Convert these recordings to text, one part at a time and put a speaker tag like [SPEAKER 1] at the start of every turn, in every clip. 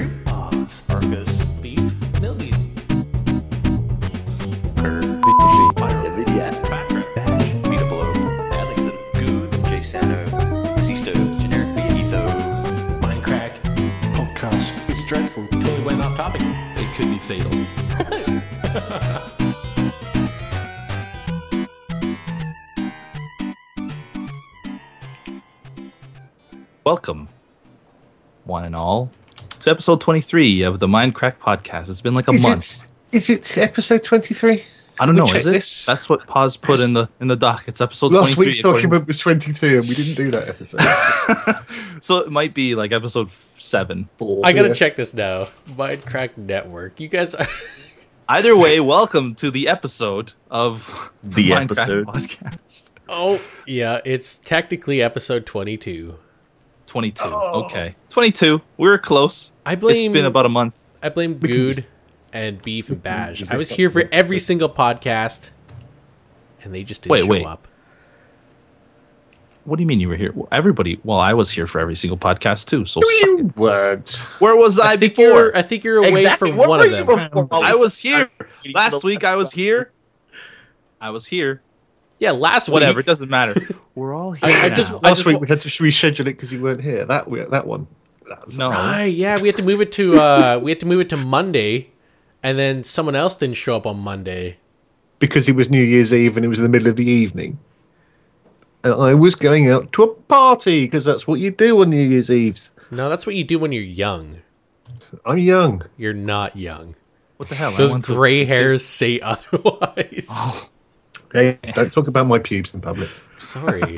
[SPEAKER 1] Er,
[SPEAKER 2] Welcome, one and all, to episode 23 of the Mind Crack podcast. It's been like a
[SPEAKER 3] Is
[SPEAKER 2] month.
[SPEAKER 3] It, is it episode 23?
[SPEAKER 2] I don't
[SPEAKER 3] we
[SPEAKER 2] know,
[SPEAKER 3] check
[SPEAKER 2] is it?
[SPEAKER 3] this?
[SPEAKER 2] That's what Paz put in the in the doc. It's episode
[SPEAKER 3] Last
[SPEAKER 2] 23.
[SPEAKER 3] week's
[SPEAKER 2] according-
[SPEAKER 3] document was 22, and we didn't do that episode.
[SPEAKER 2] so it might be like episode 7.
[SPEAKER 3] Four.
[SPEAKER 4] I gotta
[SPEAKER 3] Yeah.
[SPEAKER 4] check this now. Minecraft Network. You guys are.
[SPEAKER 2] Either way, welcome to the episode of
[SPEAKER 1] The
[SPEAKER 2] Mind Crack
[SPEAKER 1] episode.
[SPEAKER 2] podcast.
[SPEAKER 4] Oh, yeah, it's technically episode 22.
[SPEAKER 2] 22. Okay. 22. We were close.
[SPEAKER 4] I blame.
[SPEAKER 2] It's been about a month.
[SPEAKER 4] I blame Good and Beef and Bash.
[SPEAKER 3] just
[SPEAKER 4] I was
[SPEAKER 3] stop
[SPEAKER 4] here for
[SPEAKER 3] doing
[SPEAKER 4] every single podcast, and they just didn't
[SPEAKER 2] Wait,
[SPEAKER 4] show
[SPEAKER 2] wait.
[SPEAKER 4] up.
[SPEAKER 2] What do you mean you were here? Well, everybody. Well, I was here for every single podcast too. So suck it.
[SPEAKER 3] You weren't.
[SPEAKER 2] where was I,
[SPEAKER 4] I think
[SPEAKER 2] before?
[SPEAKER 4] you're. I think you're away
[SPEAKER 1] Exactly.
[SPEAKER 4] from
[SPEAKER 1] Where
[SPEAKER 4] one
[SPEAKER 1] were
[SPEAKER 4] of
[SPEAKER 1] you
[SPEAKER 4] them.
[SPEAKER 1] before all
[SPEAKER 2] I
[SPEAKER 1] this?
[SPEAKER 2] was here last week. I was here. I was here.
[SPEAKER 4] Yeah, last
[SPEAKER 2] Whatever. It
[SPEAKER 4] week.
[SPEAKER 2] doesn't matter.
[SPEAKER 1] We're all here.
[SPEAKER 4] I, I
[SPEAKER 1] now.
[SPEAKER 4] just. I
[SPEAKER 3] Last
[SPEAKER 4] just
[SPEAKER 3] week
[SPEAKER 4] wa-
[SPEAKER 3] we had to reschedule it because you weren't here. That we- that one. That's-
[SPEAKER 2] No.
[SPEAKER 4] Right, yeah, we had to move it to. uh We had to move it to Monday, and then someone else didn't show up on Monday.
[SPEAKER 3] Because it was New Year's Eve and it was in the middle of the evening. And I was going out to a party because that's what you do on New Year's Eves.
[SPEAKER 4] No, that's what you do when you're young.
[SPEAKER 3] I'm young.
[SPEAKER 4] You're not young.
[SPEAKER 2] What the Oh, hell? I
[SPEAKER 4] Those
[SPEAKER 2] went to-
[SPEAKER 4] gray hairs say otherwise.
[SPEAKER 3] Hey, don't talk about my pubes in public.
[SPEAKER 4] Sorry.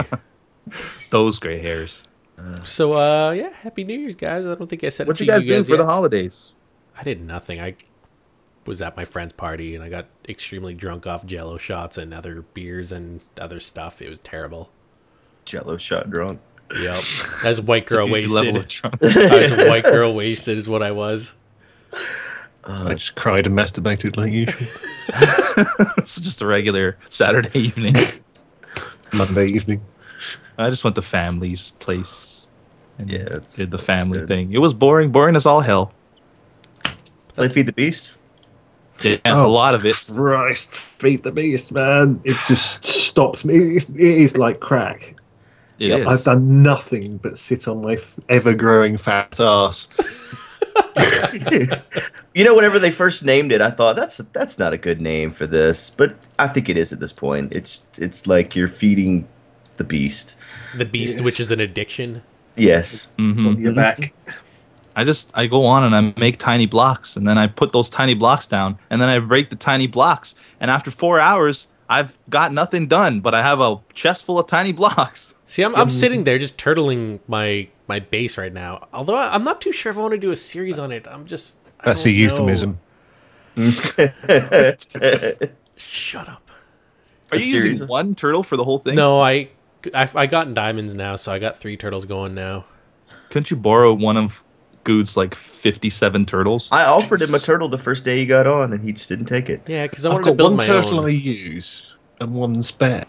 [SPEAKER 2] Those gray hairs.
[SPEAKER 4] so uh yeah, happy New Year's guys. I don't think I said
[SPEAKER 2] What you
[SPEAKER 4] it to
[SPEAKER 2] guys do for
[SPEAKER 4] yet.
[SPEAKER 2] the holidays?
[SPEAKER 4] I did nothing. I was at my friend's party and I got extremely drunk off jello shots and other beers and other stuff. It was terrible.
[SPEAKER 1] Jello shot drunk.
[SPEAKER 4] Yep. As white girl
[SPEAKER 2] Level of
[SPEAKER 4] wasted.
[SPEAKER 2] drunk.
[SPEAKER 4] As white girl wasted is what I was. Oh,
[SPEAKER 3] I just cried and masturbated like usual.
[SPEAKER 2] it's just a regular Saturday evening.
[SPEAKER 3] Monday evening.
[SPEAKER 2] I just went to family's place. And
[SPEAKER 1] Yeah, it's-
[SPEAKER 2] did the family
[SPEAKER 1] good.
[SPEAKER 2] thing. It was boring, boring as all hell.
[SPEAKER 1] Play Feed the Beast.
[SPEAKER 2] Yeah, a
[SPEAKER 3] Oh.
[SPEAKER 2] lot of it.
[SPEAKER 3] Christ, feed the beast, man. It just stops me. It is, it is like crack.
[SPEAKER 2] It is.
[SPEAKER 3] I've done nothing but sit on my f- ever growing fat ass.
[SPEAKER 1] You know, whenever they first named it, I thought that's that's not a good name for this, but I think it is at this point. It's it's like you're feeding the beast.
[SPEAKER 4] The beast,
[SPEAKER 3] Yes.
[SPEAKER 4] which is an addiction.
[SPEAKER 1] Yes.
[SPEAKER 2] Mhm.
[SPEAKER 3] Your back.
[SPEAKER 2] I just I go on and I make tiny blocks and then I put those tiny blocks down and then I break the tiny blocks and after four hours I've got nothing done but I have a chest full of tiny blocks.
[SPEAKER 4] See, I'm, I'm sitting there just turtling my my base right now. Although I, I'm not too sure if I want to do a series on it. I'm just I
[SPEAKER 3] That's a
[SPEAKER 4] don't know.
[SPEAKER 3] euphemism.
[SPEAKER 4] Shut up.
[SPEAKER 2] Are
[SPEAKER 1] A
[SPEAKER 2] you using
[SPEAKER 1] series?
[SPEAKER 2] one turtle for the whole thing?
[SPEAKER 4] No, I, I I got in diamonds now, so I got three turtles going now.
[SPEAKER 2] Couldn't you borrow one of Good's like fifty-seven turtles?
[SPEAKER 1] I offered him a turtle the first day he got on, and he just didn't take it.
[SPEAKER 4] Yeah, because I
[SPEAKER 3] I've
[SPEAKER 4] wanted to
[SPEAKER 3] got
[SPEAKER 4] build
[SPEAKER 3] one
[SPEAKER 4] my
[SPEAKER 3] turtle I
[SPEAKER 4] own.
[SPEAKER 3] use and one spare.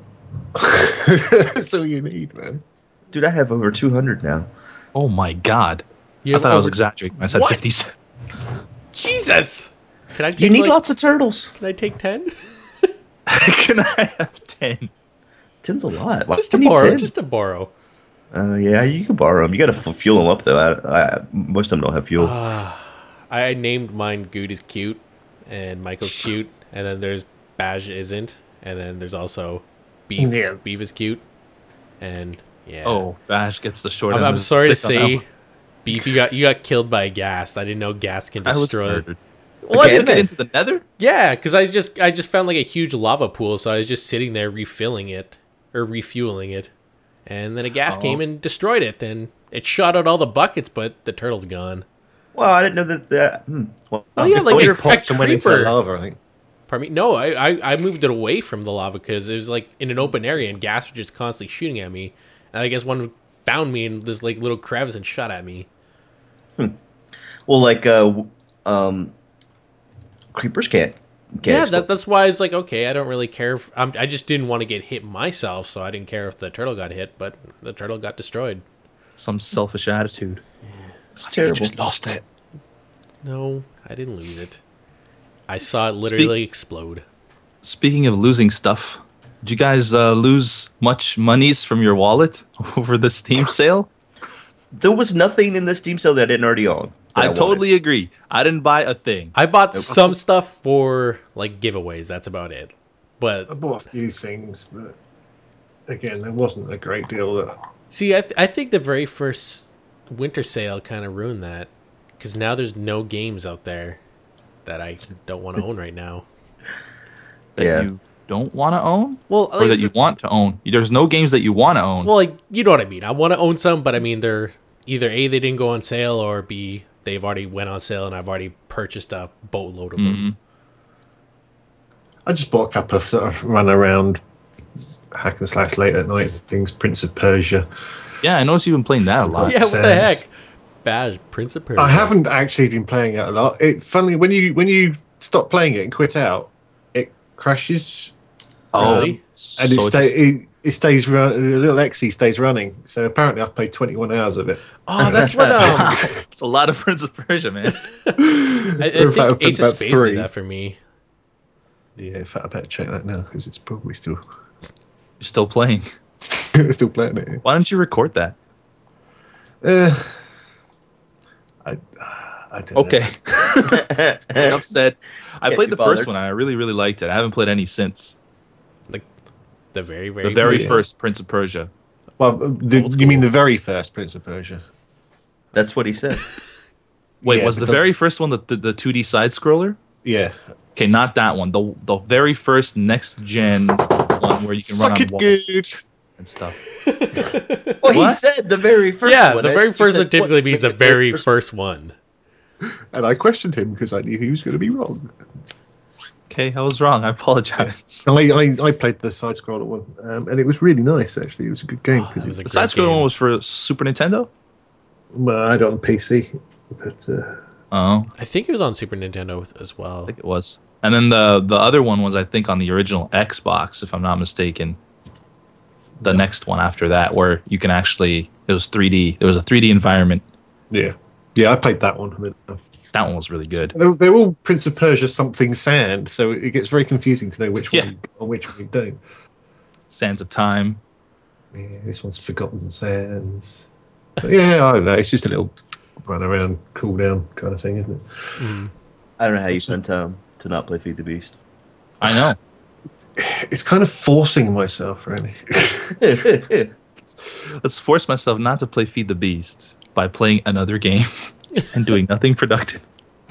[SPEAKER 3] That's all you need, man.
[SPEAKER 1] Dude, I have over 200 now.
[SPEAKER 2] oh my god!
[SPEAKER 4] You
[SPEAKER 2] I thought I was
[SPEAKER 4] exactly.
[SPEAKER 2] exaggerating. when I said
[SPEAKER 4] What?
[SPEAKER 2] fifty-seven.
[SPEAKER 4] Jesus. Can I take
[SPEAKER 1] You need
[SPEAKER 4] like-
[SPEAKER 1] lots of turtles.
[SPEAKER 4] Can I take ten?
[SPEAKER 2] Can I have ten?
[SPEAKER 1] Ten's a lot. Why
[SPEAKER 4] just
[SPEAKER 1] do
[SPEAKER 4] to
[SPEAKER 1] you need
[SPEAKER 4] borrow.
[SPEAKER 1] 10?
[SPEAKER 4] Just to borrow.
[SPEAKER 1] Uh, yeah, you can borrow them. You got to f- fuel them up though. I, I, most of them don't have fuel.
[SPEAKER 4] Uh, I named mine Good is cute, and Michael's cute, and then there's Baj isn't, and then there's also Beef.
[SPEAKER 3] Yeah.
[SPEAKER 4] Beef is cute, and yeah.
[SPEAKER 2] Oh, Bash gets the short
[SPEAKER 4] I'm,
[SPEAKER 2] end.
[SPEAKER 4] I'm
[SPEAKER 2] of the
[SPEAKER 4] sorry to
[SPEAKER 2] stick on that
[SPEAKER 4] say,
[SPEAKER 2] one.
[SPEAKER 4] Beef, you got you got killed by a ghast. I didn't know ghast can
[SPEAKER 2] I was
[SPEAKER 4] destroy.
[SPEAKER 2] murdered.
[SPEAKER 4] Well,
[SPEAKER 2] I
[SPEAKER 4] that's
[SPEAKER 1] Okay,
[SPEAKER 2] took it
[SPEAKER 1] then.
[SPEAKER 2] into the Nether.
[SPEAKER 4] Yeah, because I just I just found like a huge lava pool, so I was just sitting there refilling it or refueling it, and then a gas came and destroyed it, and it shot out all the buckets, but the turtle's gone.
[SPEAKER 1] Well, I didn't know that. that hmm. well,
[SPEAKER 4] Well, yeah, like
[SPEAKER 3] Well,
[SPEAKER 4] a,
[SPEAKER 3] you
[SPEAKER 4] a
[SPEAKER 3] popped and went into the
[SPEAKER 4] creeper.
[SPEAKER 3] lava, I think.
[SPEAKER 4] Pardon me. No, I, I I moved it away from the lava because it was like in an open area, and gas was just constantly shooting at me, and I guess one found me in this like little crevice and shot at me.
[SPEAKER 1] well, like uh, w- um, creepers can't. can't
[SPEAKER 4] yeah,
[SPEAKER 1] explode.
[SPEAKER 4] that, that's why I was like, okay, I don't really care. If, I'm, I just didn't want to get hit myself, so I didn't care if the turtle got hit, but the turtle got destroyed.
[SPEAKER 2] Some selfish attitude.
[SPEAKER 1] that's
[SPEAKER 3] You
[SPEAKER 1] terrible.
[SPEAKER 3] just lost it.
[SPEAKER 4] No, I didn't lose it. I saw it literally explode.
[SPEAKER 2] Speaking of losing stuff, did you guys uh, lose much monies from your wallet over the Steam sale?
[SPEAKER 1] There was nothing in this Steam sale that I didn't already own. that
[SPEAKER 2] I
[SPEAKER 1] wanted.
[SPEAKER 2] totally agree. I didn't buy a thing.
[SPEAKER 4] I bought some stuff for like giveaways. That's about it.
[SPEAKER 3] I
[SPEAKER 4] But
[SPEAKER 3] bought a few things, but again, there wasn't a great deal that.
[SPEAKER 4] see, I, th- I think the very first winter sale kind of ruined that because now there's no games out there that I don't want to own right now.
[SPEAKER 2] That
[SPEAKER 1] Yeah.
[SPEAKER 2] you don't want to own,
[SPEAKER 4] Well,
[SPEAKER 2] or that you want to own. There's no games that you want to own.
[SPEAKER 4] Oh, well, like, you know what I mean. I want to own some, but I mean they're either a they didn't go on sale or b they've already went on sale and I've already purchased a boatload of
[SPEAKER 2] Mm,
[SPEAKER 4] them.
[SPEAKER 2] Mm-hmm.
[SPEAKER 3] I just bought a couple of sort of run around hack and slash late at night things, Prince of Persia.
[SPEAKER 2] yeah, I noticed you've been playing that a lot.
[SPEAKER 4] Yeah, what the
[SPEAKER 3] sense.
[SPEAKER 4] heck? Bad Prince of Persia.
[SPEAKER 3] I haven't actually been playing it a lot. It funnily when you when you stop playing it and quit out, it crashes
[SPEAKER 4] Really?
[SPEAKER 3] and it,
[SPEAKER 2] so
[SPEAKER 3] stay,
[SPEAKER 2] just-
[SPEAKER 3] it, it stays run, the little XE stays running. So apparently I've played 21 hours of it.
[SPEAKER 4] Oh, that's what um,
[SPEAKER 2] it's a lot of Prince of Persia, man.
[SPEAKER 4] I, I
[SPEAKER 3] In fact, I've
[SPEAKER 4] think
[SPEAKER 3] played
[SPEAKER 4] Ace of
[SPEAKER 3] about
[SPEAKER 4] Spades
[SPEAKER 3] three.
[SPEAKER 4] did that for me.
[SPEAKER 3] Yeah, in fact, I better check that now because it's probably still
[SPEAKER 2] You're still playing.
[SPEAKER 3] still playing it.
[SPEAKER 2] Why don't you record that?
[SPEAKER 3] Uh, I, I don't know.
[SPEAKER 2] Okay. Enough said. I
[SPEAKER 1] Can't
[SPEAKER 2] played
[SPEAKER 1] be
[SPEAKER 2] the first
[SPEAKER 1] bothered.
[SPEAKER 2] one. and I really, really liked it. I haven't played any since.
[SPEAKER 4] The very, very,
[SPEAKER 2] The very
[SPEAKER 3] Yeah.
[SPEAKER 2] first Prince of Persia.
[SPEAKER 3] Well, the,
[SPEAKER 4] Old
[SPEAKER 3] you mean
[SPEAKER 4] school.
[SPEAKER 3] the very first Prince of Persia?
[SPEAKER 1] That's what he said.
[SPEAKER 2] Wait,
[SPEAKER 3] Yeah,
[SPEAKER 2] was
[SPEAKER 3] but
[SPEAKER 2] the
[SPEAKER 3] the-
[SPEAKER 2] very first one the, the, the 2D side scroller?
[SPEAKER 3] Yeah.
[SPEAKER 2] Okay, not that one. The the very first next gen one where you can
[SPEAKER 3] Suck
[SPEAKER 2] run on
[SPEAKER 3] it
[SPEAKER 2] walls
[SPEAKER 3] good.
[SPEAKER 2] and stuff.
[SPEAKER 1] Well, he
[SPEAKER 2] What?
[SPEAKER 1] said the very first
[SPEAKER 4] yeah,
[SPEAKER 1] one.
[SPEAKER 4] the
[SPEAKER 1] I-
[SPEAKER 4] very
[SPEAKER 1] you
[SPEAKER 4] first
[SPEAKER 1] said
[SPEAKER 4] one typically
[SPEAKER 1] what-
[SPEAKER 4] means the very first one.
[SPEAKER 3] And I questioned him because I knew he was going to be wrong.
[SPEAKER 2] Okay, I was wrong. I apologize.
[SPEAKER 3] I, I, I played the side scroller one, um, and it was really nice. Actually, it was a good game.
[SPEAKER 4] Ah, That
[SPEAKER 3] because
[SPEAKER 4] was a
[SPEAKER 2] The
[SPEAKER 4] great
[SPEAKER 2] side scrolling
[SPEAKER 4] game.
[SPEAKER 2] one was for Super Nintendo.
[SPEAKER 3] well, I had it on PC, but uh,
[SPEAKER 2] Oh,
[SPEAKER 4] I think it was on Super Nintendo as well.
[SPEAKER 2] I think it was. And then the the other one was I think on the original Xbox, if I'm not mistaken. The next one after that, where you can actually it was 3D. It was a 3D environment.
[SPEAKER 3] yeah, yeah, I played that one. I mean, I've-
[SPEAKER 2] That one was really good.
[SPEAKER 3] They're, they're all Prince of Persia something sand, so it gets very confusing to know which
[SPEAKER 2] Yeah.
[SPEAKER 3] one you- or which one you don't.
[SPEAKER 2] Sands of Time.
[SPEAKER 3] Yeah, this one's Forgotten Sands. But yeah, I don't know. It's just a little run around, cool down kind of thing, isn't it?
[SPEAKER 1] I don't know how you spend time to not play Feed the Beast.
[SPEAKER 2] I know.
[SPEAKER 3] It's kind of forcing myself, really.
[SPEAKER 1] That's
[SPEAKER 2] Let's force myself not to play Feed the Beast by playing another game and doing nothing productive.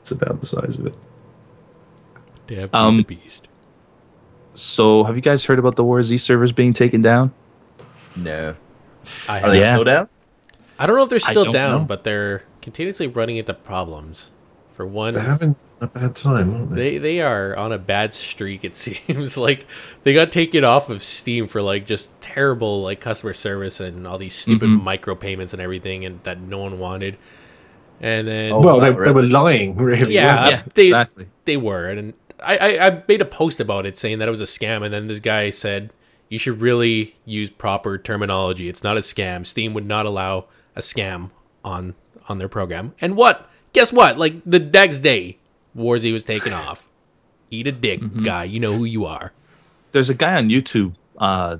[SPEAKER 3] it's about the size of it.
[SPEAKER 4] Devil
[SPEAKER 2] Um,
[SPEAKER 4] the Beast.
[SPEAKER 2] So, have you guys heard about the War Z servers being taken down?
[SPEAKER 1] no.
[SPEAKER 4] I,
[SPEAKER 1] Are they
[SPEAKER 2] Yeah.
[SPEAKER 1] still down?
[SPEAKER 4] I don't know if they're
[SPEAKER 2] I
[SPEAKER 4] still
[SPEAKER 2] don't
[SPEAKER 4] down,
[SPEAKER 2] know.
[SPEAKER 4] but they're continuously running into problems. For one,
[SPEAKER 3] They're having a bad time, aren't they?
[SPEAKER 4] They they are on a bad streak. It seems like they got taken off of Steam for like just terrible like customer service and all these stupid
[SPEAKER 2] Mhm.
[SPEAKER 4] micropayments and everything, and that no one wanted. And then
[SPEAKER 3] well, they,
[SPEAKER 1] wow,
[SPEAKER 3] they were lying, really.
[SPEAKER 4] Yeah.
[SPEAKER 3] weren't
[SPEAKER 2] yeah,
[SPEAKER 4] they-
[SPEAKER 2] exactly.
[SPEAKER 4] they were, and I, I I made a post about it saying that it was a scam, and then this guy said you should really use proper terminology. It's not a scam. Steam would not allow a scam on on their program. And what? Guess what? Like the next day, Warzy was taken off. Eat a dick, guy. You know who you are.
[SPEAKER 2] There's a guy on YouTube, uh,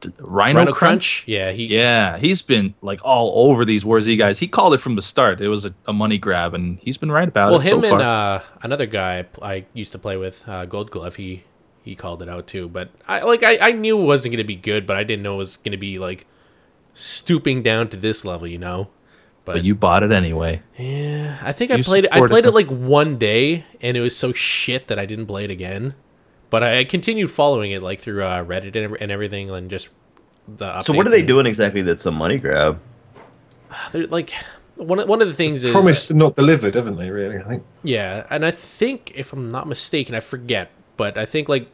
[SPEAKER 2] d- Rhino, Crunch.
[SPEAKER 4] Rhino Crunch. Yeah, he.
[SPEAKER 2] Yeah, he's been like all over these War Z guys. He called it from the start. It was a, a money grab, and he's been right about
[SPEAKER 4] Well,
[SPEAKER 2] it so
[SPEAKER 4] him and
[SPEAKER 2] far.
[SPEAKER 4] uh, another guy I pl- I used to play with, uh, Gold Glove. He he called it out too. But I like I, I knew it wasn't going to be good, but I didn't know it was going to be like stooping down to this level. You know.
[SPEAKER 2] but you bought it anyway.
[SPEAKER 4] Yeah, I think I
[SPEAKER 2] You
[SPEAKER 4] played it. I
[SPEAKER 2] supported
[SPEAKER 4] played it
[SPEAKER 2] them.
[SPEAKER 4] like one day, and it was so shit that I didn't play it again. But I I continued following it like through uh, Reddit and, ev- and everything, and just the.
[SPEAKER 1] So what are
[SPEAKER 4] updates
[SPEAKER 1] they
[SPEAKER 4] and-
[SPEAKER 1] doing exactly? That's a money grab.
[SPEAKER 4] They're, like one of- one of the things is uh,
[SPEAKER 3] Promised and not delivered, haven't they? Really, I think.
[SPEAKER 4] Yeah, and I think if I'm not mistaken, I forget, but I think like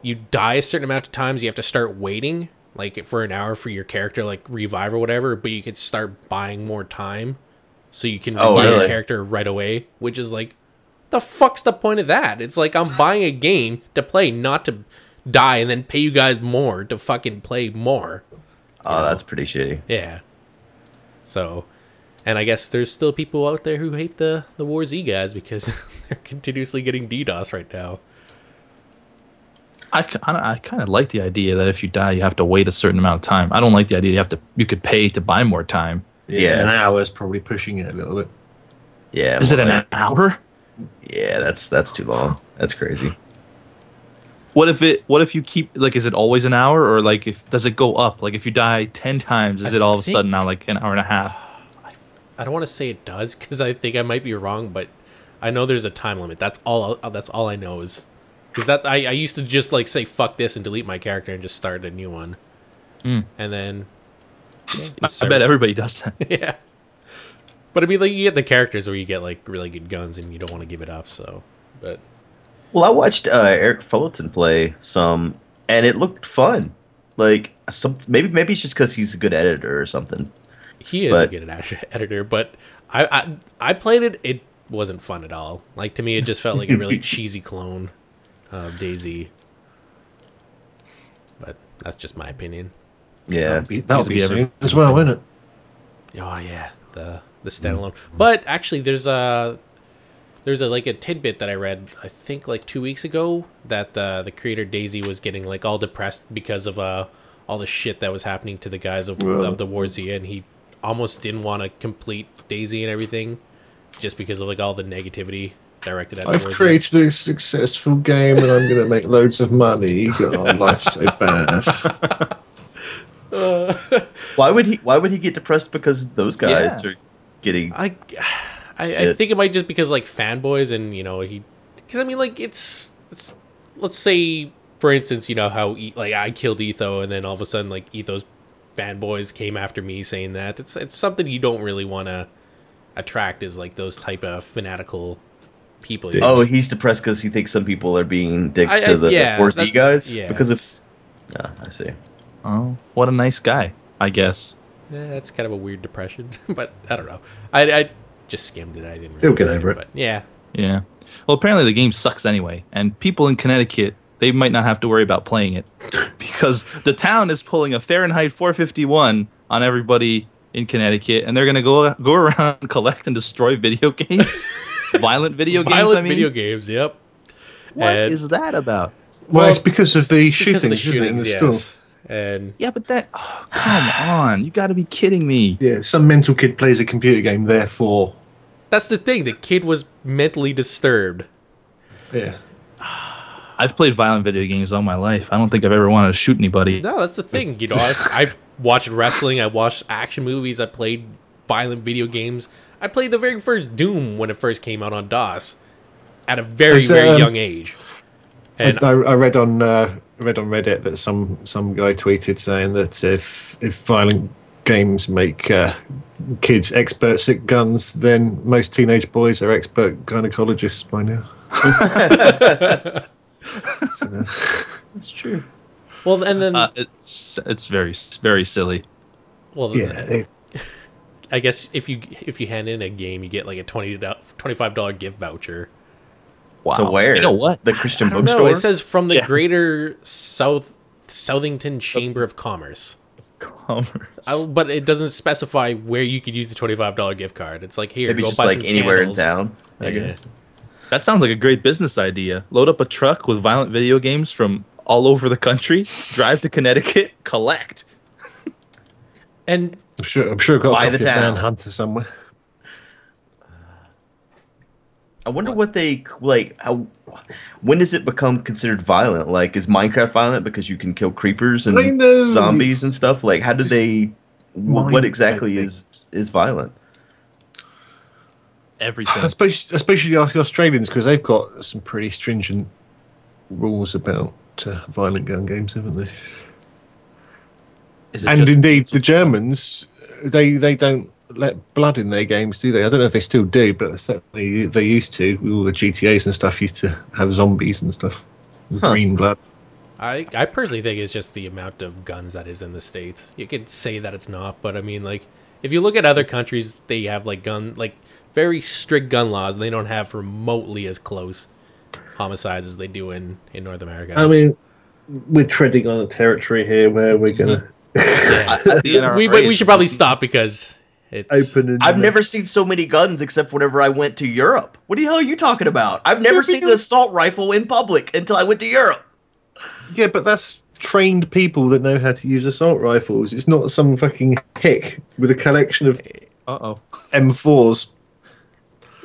[SPEAKER 4] you die a certain amount of times, you have to start waiting like for an hour for your character like revive or whatever, but you could start buying more time so you can
[SPEAKER 1] Oh,
[SPEAKER 4] revive your
[SPEAKER 1] really?
[SPEAKER 4] character right away, which is like the fuck's the point of that? It's like I'm buying a game to play, not to die and then pay you guys more to fucking play more.
[SPEAKER 1] Oh, that's pretty shitty.
[SPEAKER 4] Yeah. So, and I guess there's still people out there who hate the the War Z guys because they're continuously getting DDoS right now.
[SPEAKER 2] I, ki- I, kind of like the idea that if you die, you have to wait a certain amount of time. I don't like the idea you have to you could pay to buy more time.
[SPEAKER 1] Yeah.
[SPEAKER 3] An hour's probably pushing it a little bit.
[SPEAKER 1] Yeah.
[SPEAKER 2] Is it
[SPEAKER 1] more
[SPEAKER 2] an
[SPEAKER 1] like-
[SPEAKER 2] hour?
[SPEAKER 1] Yeah, that's that's too long. That's crazy.
[SPEAKER 2] What if it? What if you keep like? Is it always an hour, or like, if does it go up? Like, if you die ten times, is
[SPEAKER 4] I
[SPEAKER 2] it all of a
[SPEAKER 4] think-
[SPEAKER 2] sudden now like an hour and a half?
[SPEAKER 4] I don't want to say it does because I think I might be wrong, but I know there's a time limit. That's all. uh, That's all I know is because that I, I used to just like say fuck this and delete my character and just start a new one,
[SPEAKER 2] Mm.
[SPEAKER 4] and then yeah, the
[SPEAKER 2] I
[SPEAKER 4] service-
[SPEAKER 2] bet everybody does that.
[SPEAKER 4] yeah. But I mean, like you get the characters where you get like really good guns and you don't want to give it up. So, but
[SPEAKER 1] Well, I watched uh, Eric Fullerton play some, and it looked fun. Like some maybe maybe it's just because he's a good editor or something.
[SPEAKER 4] he is a
[SPEAKER 1] But-
[SPEAKER 4] good ed- editor. But I, I I played it. It wasn't fun at all. Like to me, it just felt like a really cheesy clone of Daisy. But that's just my opinion.
[SPEAKER 1] Yeah,
[SPEAKER 3] Be- That'll
[SPEAKER 2] Seems to
[SPEAKER 3] be
[SPEAKER 2] be every-
[SPEAKER 3] soon as well, won't it?
[SPEAKER 4] Oh yeah, the the standalone. But actually, there's a there's a like a tidbit that I read. I think like two weeks ago that uh, the creator Daisy was getting like all depressed because of uh all the shit that was happening to the guys of
[SPEAKER 3] Well.
[SPEAKER 4] of the Warzia, and he almost didn't want to complete Daisy and everything just because of like all the negativity directed at. the
[SPEAKER 3] I've
[SPEAKER 4] Warzia.
[SPEAKER 3] created a successful game and I'm going to make loads of money. God, life's so bad.
[SPEAKER 1] why would he? Why would he get depressed because those guys
[SPEAKER 2] Yeah.
[SPEAKER 1] are getting?
[SPEAKER 4] I, I, I
[SPEAKER 1] Shit.
[SPEAKER 4] think it might just because like fanboys and you know he, because I mean like it's it's let's say for instance you know how e- like I killed Etho and then all of a sudden like Etho's fanboys came after me saying that it's it's something you don't really want to attract is like those type of fanatical people. you know?
[SPEAKER 1] Oh, he's depressed because he thinks some people are being dicks
[SPEAKER 4] I- I-
[SPEAKER 1] to the
[SPEAKER 4] yeah,
[SPEAKER 1] War Z
[SPEAKER 4] that's-
[SPEAKER 1] guys.
[SPEAKER 4] yeah.
[SPEAKER 1] because if Ah, I see.
[SPEAKER 2] Oh, what a nice guy, I guess.
[SPEAKER 4] Yeah, that's kind of a weird depression, but I don't know. I I just skimmed it. I didn't.
[SPEAKER 3] They'll get
[SPEAKER 4] read
[SPEAKER 3] over it.
[SPEAKER 4] But yeah,
[SPEAKER 2] Yeah. Well, apparently the game sucks anyway, and people in Connecticut they might not have to worry about playing it because the town is pulling a Fahrenheit 451 on everybody in Connecticut, and they're gonna go go around and collect and destroy video games, violent video games.
[SPEAKER 4] violent
[SPEAKER 2] I mean,
[SPEAKER 4] video games. Yep.
[SPEAKER 2] what
[SPEAKER 4] and-
[SPEAKER 2] is that about?
[SPEAKER 3] Well, it's because of the
[SPEAKER 4] It's because
[SPEAKER 3] shooting
[SPEAKER 4] of the
[SPEAKER 3] in the
[SPEAKER 4] shootings,
[SPEAKER 3] school.
[SPEAKER 4] yes. And
[SPEAKER 2] Yeah, but that. Oh, come on, you got to be kidding me.
[SPEAKER 3] Yeah, some mental kid plays a computer game, therefore.
[SPEAKER 4] That's the thing. The kid was mentally disturbed.
[SPEAKER 3] Yeah.
[SPEAKER 2] I've played violent video games all my life. I don't think I've ever wanted to shoot anybody.
[SPEAKER 4] No, that's the thing. You know, I, I watched wrestling. I watched action movies. I played violent video games. I played the very first Doom when it first came out on DOS at a very
[SPEAKER 3] Is,
[SPEAKER 4] very
[SPEAKER 3] um,
[SPEAKER 4] young age. And
[SPEAKER 3] I, I read on uh, read on Reddit that some some guy tweeted saying that if if violent games make uh, kids experts at guns, then most teenage boys are expert gynecologists by now.
[SPEAKER 1] That's true.
[SPEAKER 4] well, and then
[SPEAKER 2] Uh, it's it's very very silly.
[SPEAKER 4] well,
[SPEAKER 3] Yeah, it-
[SPEAKER 4] I guess if you if you hand in a game, you get like a 20 25 dollar gift voucher.
[SPEAKER 2] Wow.
[SPEAKER 1] To where?
[SPEAKER 2] You know what?
[SPEAKER 1] The Christian
[SPEAKER 4] I don't know.
[SPEAKER 1] bookstore.
[SPEAKER 4] It says from the
[SPEAKER 2] Yeah.
[SPEAKER 4] Greater South Southington Chamber of Commerce.
[SPEAKER 2] Commerce.
[SPEAKER 4] I, but it doesn't specify where you could use the twenty five dollar gift card. It's like here,
[SPEAKER 1] Maybe
[SPEAKER 4] go
[SPEAKER 1] just
[SPEAKER 4] buy
[SPEAKER 1] like
[SPEAKER 4] some
[SPEAKER 1] anywhere
[SPEAKER 4] candles.
[SPEAKER 1] in town. I
[SPEAKER 4] Yeah.
[SPEAKER 1] guess.
[SPEAKER 2] That sounds like a great business idea. Load up a truck with violent video games from all over the country, drive to Connecticut, collect.
[SPEAKER 4] And
[SPEAKER 3] I'm sure I'm sure I've got
[SPEAKER 1] By
[SPEAKER 3] a
[SPEAKER 1] the
[SPEAKER 3] copy of
[SPEAKER 1] town.
[SPEAKER 3] Manhunter somewhere.
[SPEAKER 1] I wonder what they like. How, when does it become considered violent? Like, is Minecraft violent because you can kill creepers and
[SPEAKER 3] Kind of.
[SPEAKER 1] zombies and stuff? Like, how do they? wh- What
[SPEAKER 3] mind
[SPEAKER 1] exactly
[SPEAKER 3] bending.
[SPEAKER 1] is is violent?
[SPEAKER 2] Everything.
[SPEAKER 3] Especially especially you ask Australians because they've got some pretty stringent rules about uh, violent gun games, haven't they?
[SPEAKER 2] Is it
[SPEAKER 3] and
[SPEAKER 2] just-
[SPEAKER 3] indeed the Germans, they they don't let blood in their games, do they? I don't know if they still do, but certainly they used to. With all the GTA's and stuff, used to have zombies and stuff, green blood.
[SPEAKER 4] I, I personally think it's just the amount of guns that is in the states. You could say that it's not, but I mean, like, if you look at other countries, they have like gun, like very strict gun laws, and they don't have remotely as close homicides as they do in in North America.
[SPEAKER 3] I mean, we're treading on a territory here where we're gonna
[SPEAKER 2] the NRA
[SPEAKER 4] we but we should probably stop because it's
[SPEAKER 3] open. And,
[SPEAKER 1] I've never seen so many guns except whenever I went to Europe. What the hell are you talking about? I've never
[SPEAKER 3] Yeah,
[SPEAKER 1] seen an
[SPEAKER 3] because-
[SPEAKER 1] assault rifle in public until I went to Europe.
[SPEAKER 3] Yeah, but that's trained people that know how to use assault rifles. It's not some fucking hick with a collection of
[SPEAKER 2] Uh oh.
[SPEAKER 3] M4s.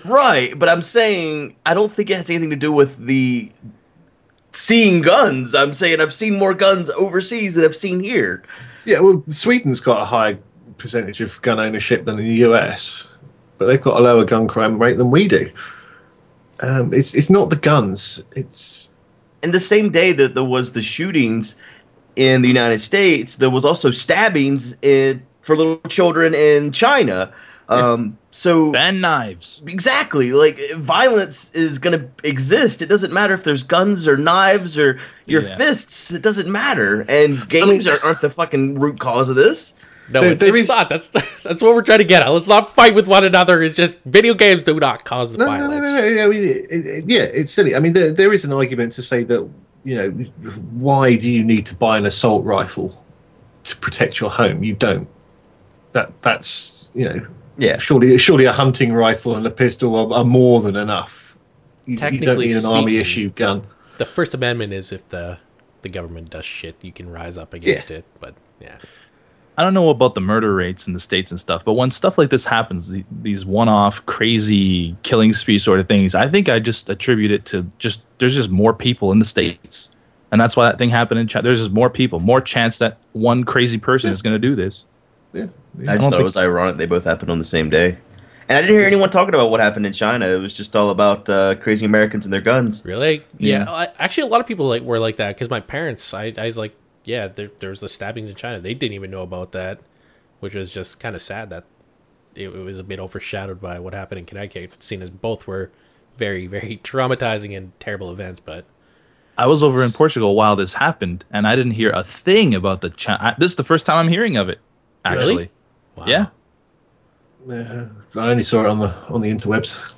[SPEAKER 1] Right, but I'm saying I don't think it has anything to do with the seeing guns. I'm saying I've seen more guns overseas than I've seen here.
[SPEAKER 3] Yeah, well, Sweden's got a high percentage of gun ownership than the US, but they've got a lower gun crime rate than we do. Um, it's it's not the guns. It's
[SPEAKER 1] And the same day that there was the shootings in the United States, there was also stabbings in, for little children in China. Um, so
[SPEAKER 2] Ban knives.
[SPEAKER 1] exactly, like violence is going to exist. It doesn't matter if there's guns or knives or your
[SPEAKER 2] Yeah.
[SPEAKER 1] fists. It doesn't matter. And games are, aren't the fucking root cause of this.
[SPEAKER 4] No,
[SPEAKER 3] There-
[SPEAKER 4] it's,
[SPEAKER 3] there
[SPEAKER 4] it's
[SPEAKER 3] is-
[SPEAKER 4] not. That's that's what we're trying to get at. Let's not fight with one another. It's just video games do not cause the
[SPEAKER 3] no, no, no,
[SPEAKER 4] violence.
[SPEAKER 3] no, no, no, I mean, it- it- yeah, it's silly. I mean, there, there is an argument to say that you know why do you need to buy an assault rifle to protect your home? You don't. That that's you know
[SPEAKER 1] Yeah.
[SPEAKER 3] surely surely a hunting rifle and a pistol are, are more than enough. You, you don't
[SPEAKER 4] Technically
[SPEAKER 3] need an army
[SPEAKER 4] speaking-
[SPEAKER 3] issue gun.
[SPEAKER 4] The First Amendment is if the the government does shit, you can rise up against it. But yeah,
[SPEAKER 2] I don't know about the murder rates in the states and stuff, but when stuff like this happens, the, these one-off crazy killing spree sort of things, I think I just attribute it to just there's just more people in the states, and that's why that thing happened in China. There's just more people, more chance that one crazy person is going to do this.
[SPEAKER 3] Yeah.
[SPEAKER 1] I just
[SPEAKER 2] don't
[SPEAKER 1] thought it
[SPEAKER 2] think-
[SPEAKER 1] was ironic they both happened on the same day. And I didn't hear anyone talking about what happened in China. It was just all about uh, crazy Americans and their guns.
[SPEAKER 4] really, yeah.
[SPEAKER 2] Yeah.
[SPEAKER 4] I- actually, a lot of people like were like that because my parents, I, I was like, yeah, there, there was the stabbings in China. They didn't even know about that, which was just kind of sad that it, it was a bit overshadowed by what happened in Connecticut, seeing as both were very, very traumatizing and terrible events. But
[SPEAKER 2] I was over in Portugal while this happened, and I didn't hear a thing about the China. This is the first time I'm hearing of it, actually.
[SPEAKER 4] Really? wow.
[SPEAKER 2] Yeah.
[SPEAKER 3] Yeah, I only saw it on the on the interwebs.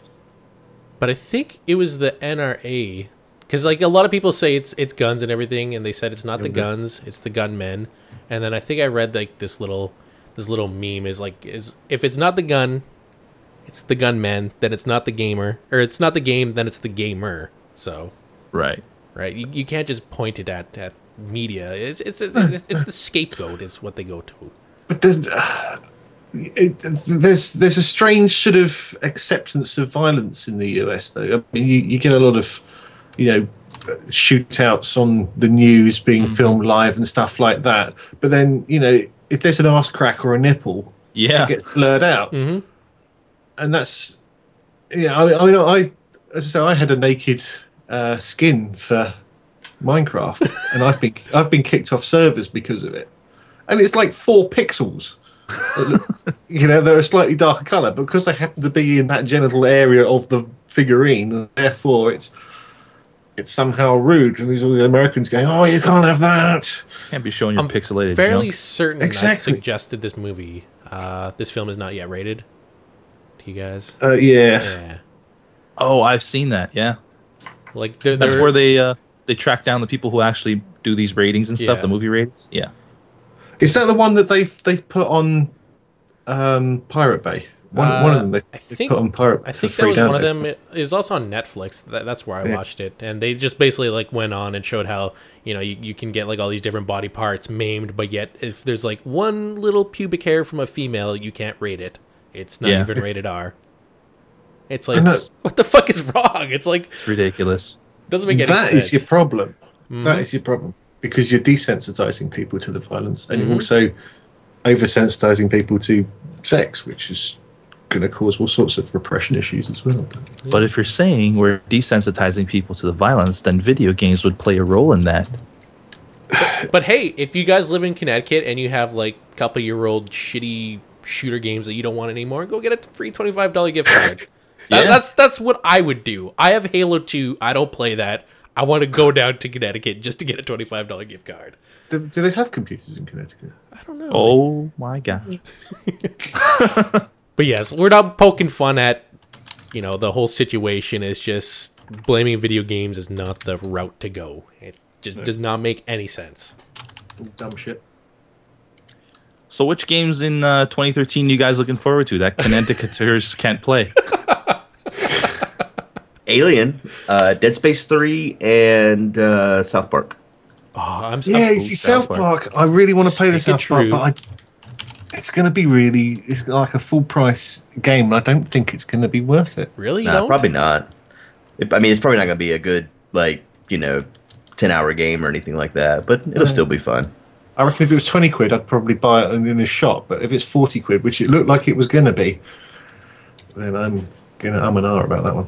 [SPEAKER 4] but I think it was the NRA because like a lot of people say it's it's guns and everything, and they said it's not the guns, it's the gunmen. And then I think I read like this little this little meme is like is if it's not the gun, it's the gunman, then it's not the gamer, or it's not the game, then it's the gamer. So
[SPEAKER 2] Right.
[SPEAKER 4] right, you, you can't just point it at at media. It's it's it's, it's, it's the scapegoat is what they go to.
[SPEAKER 3] But there's uh, it, there's there's a strange sort of acceptance of violence in the US though. I mean, you, you get a lot of you know shootouts on the news being filmed live and stuff like that. But then you know if there's an ass crack or a nipple,
[SPEAKER 2] Yeah.
[SPEAKER 3] it gets blurred out,
[SPEAKER 4] Mhm.
[SPEAKER 3] and that's yeah. I, I mean, I as I say, I had a naked uh, skin for Minecraft, and I've been I've been kicked off servers because of it, and it's like four pixels. that look- you know, they're a slightly darker color but because they happen to be in that genital area of the figurine. Therefore, it's it's somehow rude, and there's all the Americans going, "Oh, you can't have that."
[SPEAKER 2] Can't be showing your
[SPEAKER 4] I'm
[SPEAKER 2] pixelated
[SPEAKER 4] Um, fairly
[SPEAKER 2] junk.
[SPEAKER 4] certain I
[SPEAKER 3] Exactly.
[SPEAKER 4] suggested this movie. Uh, this film is not yet rated. To you guys,
[SPEAKER 3] Uh, yeah,
[SPEAKER 4] yeah.
[SPEAKER 2] Oh, I've seen that. Yeah.
[SPEAKER 4] Like there,
[SPEAKER 2] That's
[SPEAKER 4] there-
[SPEAKER 2] where they uh, they track down the people who actually do these ratings and stuff,
[SPEAKER 4] Yeah.
[SPEAKER 2] the movie ratings. Yeah.
[SPEAKER 3] is that the one that they've they've put on um, Pirate Bay? One, one
[SPEAKER 4] Uh,
[SPEAKER 3] of them they
[SPEAKER 4] I
[SPEAKER 3] they've
[SPEAKER 4] think-
[SPEAKER 3] put on Pirate.
[SPEAKER 4] I
[SPEAKER 3] for
[SPEAKER 4] think that
[SPEAKER 3] free
[SPEAKER 4] was one of
[SPEAKER 3] download.
[SPEAKER 4] them. It, it was also on Netflix. That, that's where I
[SPEAKER 3] Yeah.
[SPEAKER 4] watched it, and they just basically like went on and showed how you know you, you can get like all these different body parts maimed, but yet if there's like one little pubic hair from a female, you can't rate it. It's not
[SPEAKER 2] Yeah.
[SPEAKER 4] even rated R. It's like
[SPEAKER 3] I'm not-
[SPEAKER 4] what the fuck is wrong? It's like
[SPEAKER 2] It's ridiculous.
[SPEAKER 4] doesn't make any
[SPEAKER 3] That
[SPEAKER 4] sense.
[SPEAKER 3] is your problem.
[SPEAKER 4] Mm-hmm.
[SPEAKER 3] That is your problem because you're desensitizing people to the violence, and
[SPEAKER 4] Mm-hmm.
[SPEAKER 3] you're also oversensitizing people to sex, which is going to cause all sorts of repression issues as well.
[SPEAKER 2] But if you're saying we're desensitizing people to the violence, then video games would play a role in that.
[SPEAKER 4] But hey, if you guys live in Connecticut and you have like a couple year old shitty shooter games that you don't want anymore, go get a free twenty five dollar gift card. That-
[SPEAKER 2] Yeah.
[SPEAKER 4] that's that's what I would do. I have Halo two. I don't play that. I want to go down to Connecticut just to get a twenty five dollar gift card.
[SPEAKER 3] Do, do they have computers in Connecticut?
[SPEAKER 4] I don't know.
[SPEAKER 2] Oh my god.
[SPEAKER 4] But yes, we're not poking fun at you know the whole situation. It's just blaming video games is not the route to go. It just does not make any sense.
[SPEAKER 3] Dumb shit.
[SPEAKER 2] So which games in uh, 2013 you guys looking forward to that Connecticuters can't play?
[SPEAKER 1] Alien, uh, Dead Space 3, and uh, South Park.
[SPEAKER 4] Oh, I'm
[SPEAKER 3] Yeah,
[SPEAKER 4] I'm
[SPEAKER 3] you see,
[SPEAKER 4] South
[SPEAKER 3] South Park. I really want to play this
[SPEAKER 4] Stick
[SPEAKER 3] South
[SPEAKER 4] it
[SPEAKER 3] Park,
[SPEAKER 4] true.
[SPEAKER 3] but I, it's going to be really. It's like a full price game, and I don't think it's going to be worth it.
[SPEAKER 4] Really? You
[SPEAKER 1] Nah,
[SPEAKER 4] don't?
[SPEAKER 1] probably not. It, I mean, it's probably not going to be a good like you know, ten hour game or anything like that. But it'll still be fun.
[SPEAKER 3] I reckon if it was twenty quid, I'd probably buy it in, in a shop. But if it's forty quid, which it looked like it was going to be, then I'm gonna I'm an R about that one.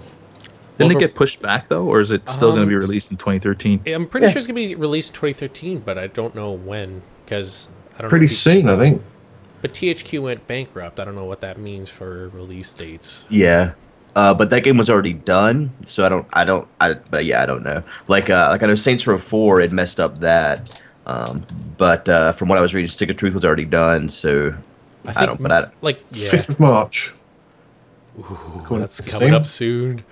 [SPEAKER 2] Didn't
[SPEAKER 4] Over-
[SPEAKER 2] it get pushed back though, or is it still going
[SPEAKER 4] Um,
[SPEAKER 2] to be released in 2013?
[SPEAKER 4] I'm pretty sure it's gonna be released in 2013, but I don't know when because I don't.
[SPEAKER 3] Pretty
[SPEAKER 4] know if he-
[SPEAKER 3] soon, I think.
[SPEAKER 4] But THQ went bankrupt. I don't know what that means for release dates.
[SPEAKER 1] Yeah. Uh, but that game was already done, so I don't, I don't, I, but yeah, I don't know. Like, uh, like I know Saints Row Four had messed up that, um, but uh, from what I was reading, Stick of Truth was already done, so I, don't, but I,
[SPEAKER 4] like yeah,
[SPEAKER 3] Fifth of March.
[SPEAKER 4] Ooh, that's
[SPEAKER 3] Steam.
[SPEAKER 4] coming up soon.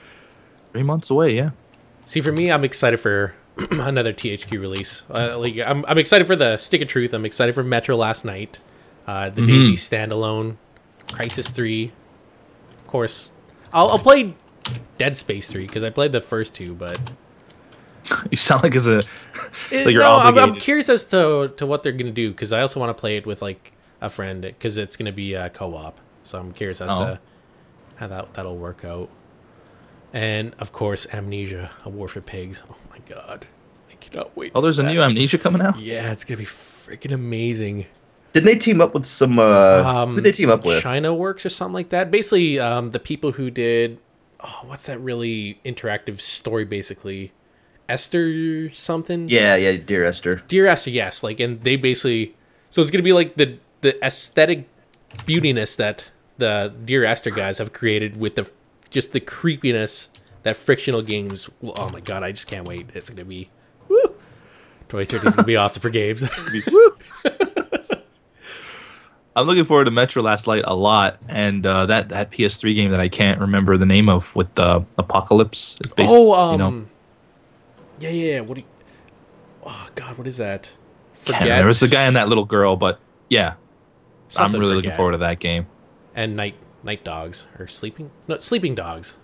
[SPEAKER 2] Three months away, yeah.
[SPEAKER 4] See, for me, I'm excited for another THQ release. Uh, like, I'm, I'm excited for the Stick of Truth. I'm excited for Metro Last Night, uh, the
[SPEAKER 1] Mm-hmm.
[SPEAKER 4] Daisy standalone, Crisis Three. Of course, I'll, I'll play Dead Space Three because I played the first two, but
[SPEAKER 2] You sound like it's a
[SPEAKER 4] Eh,
[SPEAKER 2] Like, you're
[SPEAKER 4] no, I'm, I'm
[SPEAKER 2] obligated.
[SPEAKER 4] curious as to to what they're gonna do because I also want to play it with like a friend because it's gonna be uh, co-op. So I'm curious as
[SPEAKER 2] Oh.
[SPEAKER 4] to how that that'll work out. And of course, Amnesia: A War for Pigs. Oh my god, I cannot wait.
[SPEAKER 2] oh, there's
[SPEAKER 4] for
[SPEAKER 2] a
[SPEAKER 4] that.
[SPEAKER 2] new Amnesia coming out.
[SPEAKER 4] Yeah, it's gonna be freaking amazing.
[SPEAKER 1] didn't they team up with some? Uh,
[SPEAKER 4] Um,
[SPEAKER 1] who they team up with?
[SPEAKER 4] China Works or something like that. Basically, um, the people who did oh, what's that really interactive story? Basically, Esther something.
[SPEAKER 1] Yeah, yeah, Dear Esther.
[SPEAKER 4] Dear Esther, yes. Like, and they basically, so it's gonna be like the the aesthetic beautiness that the Dear Esther guys have created with the just the creepiness that frictional games. well, Oh my god, I just can't wait. It's gonna be woo. 2013 is gonna be awesome for games.
[SPEAKER 2] I'm looking forward to Metro Last Light a lot, and uh, that that PS3 game that I can't remember the name of with the apocalypse. It's based,
[SPEAKER 4] oh, um,
[SPEAKER 2] you know,
[SPEAKER 4] yeah, yeah. yeah, What? Do you, oh god, what is that?
[SPEAKER 2] can't remember. It's the guy and that little girl, but yeah,
[SPEAKER 4] something
[SPEAKER 2] I'm really
[SPEAKER 4] forget.
[SPEAKER 2] looking forward to that game.
[SPEAKER 4] And night night dogs or sleeping? No, sleeping dogs.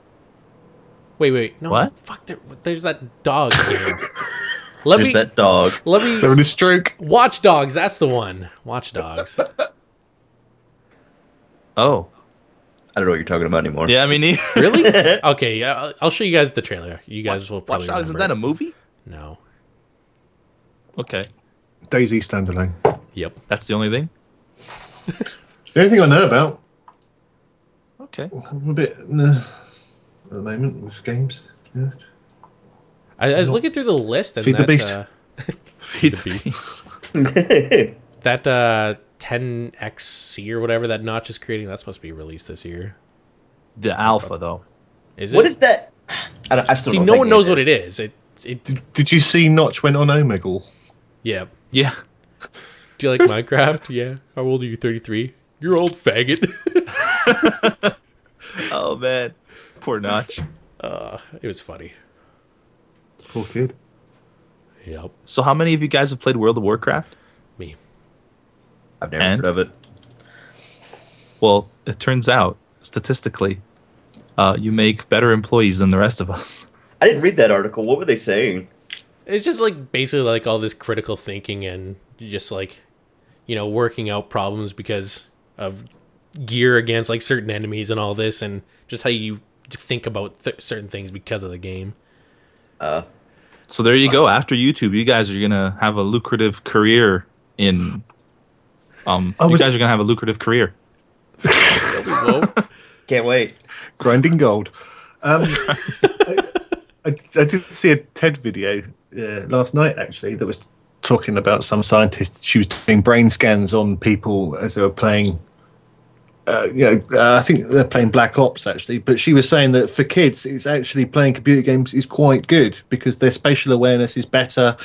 [SPEAKER 4] Wait, wait, no.
[SPEAKER 2] What?
[SPEAKER 4] Fuck, there, there's that dog. Game. Let
[SPEAKER 1] There's
[SPEAKER 4] me
[SPEAKER 1] that dog.
[SPEAKER 4] Let me
[SPEAKER 3] So in a stroke,
[SPEAKER 4] Watch Dogs. That's the one. Watch Dogs.
[SPEAKER 2] Oh,
[SPEAKER 1] I don't know what you're talking about anymore.
[SPEAKER 2] yeah, I mean, he-
[SPEAKER 4] really? Okay, yeah, I'll- I'll show you guys the trailer. You guys will
[SPEAKER 2] Watch
[SPEAKER 4] probably.
[SPEAKER 2] Dogs is that
[SPEAKER 4] remember
[SPEAKER 2] a movie?
[SPEAKER 4] it. No.
[SPEAKER 2] Okay,
[SPEAKER 3] Daisy standalone.
[SPEAKER 4] Yep.
[SPEAKER 2] that's the only thing.
[SPEAKER 3] It's the only thing I know about.
[SPEAKER 2] Okay,
[SPEAKER 3] I'm a bit uh, at the moment with games. Just.
[SPEAKER 4] I, I was looking through the list and
[SPEAKER 3] Feed the
[SPEAKER 4] that
[SPEAKER 3] beast.
[SPEAKER 4] uh,
[SPEAKER 2] feed the beast.
[SPEAKER 4] that uh, 10xc or whatever that Notch is creating that's supposed to be released this year.
[SPEAKER 2] The alpha though.
[SPEAKER 4] Is it?
[SPEAKER 1] What is that? I, don't- I still
[SPEAKER 4] See,
[SPEAKER 1] don't
[SPEAKER 4] no
[SPEAKER 1] think
[SPEAKER 4] one knows what it is. It. It.
[SPEAKER 3] Did, did you see Notch went on Omegle?
[SPEAKER 4] Yeah.
[SPEAKER 2] Yeah,
[SPEAKER 4] Do you like Minecraft? Yeah. How old are you? Thirty three. You're old faggot.
[SPEAKER 2] oh man, poor Notch.
[SPEAKER 4] it was funny.
[SPEAKER 3] Poor kid.
[SPEAKER 4] Yep.
[SPEAKER 2] So, how many of you guys have played World of Warcraft?
[SPEAKER 4] Me.
[SPEAKER 1] I've never
[SPEAKER 2] And?
[SPEAKER 1] heard of it.
[SPEAKER 2] Well, it turns out statistically, uh, you make better employees than the rest of us.
[SPEAKER 1] I didn't read that article. What were they saying?
[SPEAKER 4] it's just like basically like all this critical thinking and just like you know working out problems because of gear against like certain enemies and all this and just how you think about th- certain things because of the game
[SPEAKER 2] So there you go. After YouTube, you guys are gonna have a lucrative career in. Um,
[SPEAKER 3] I
[SPEAKER 2] you
[SPEAKER 3] was-
[SPEAKER 2] guys are gonna have a lucrative career.
[SPEAKER 4] Whoa.
[SPEAKER 1] Can't wait.
[SPEAKER 3] grinding gold. Um, I, I did see a TED video uh, last night actually that was talking about some scientist. She was doing brain scans on people as they were playing. Uh, you know, uh, I think they're playing Black Ops actually, but she was saying that for kids, it's actually playing computer games is quite good because their spatial awareness is better,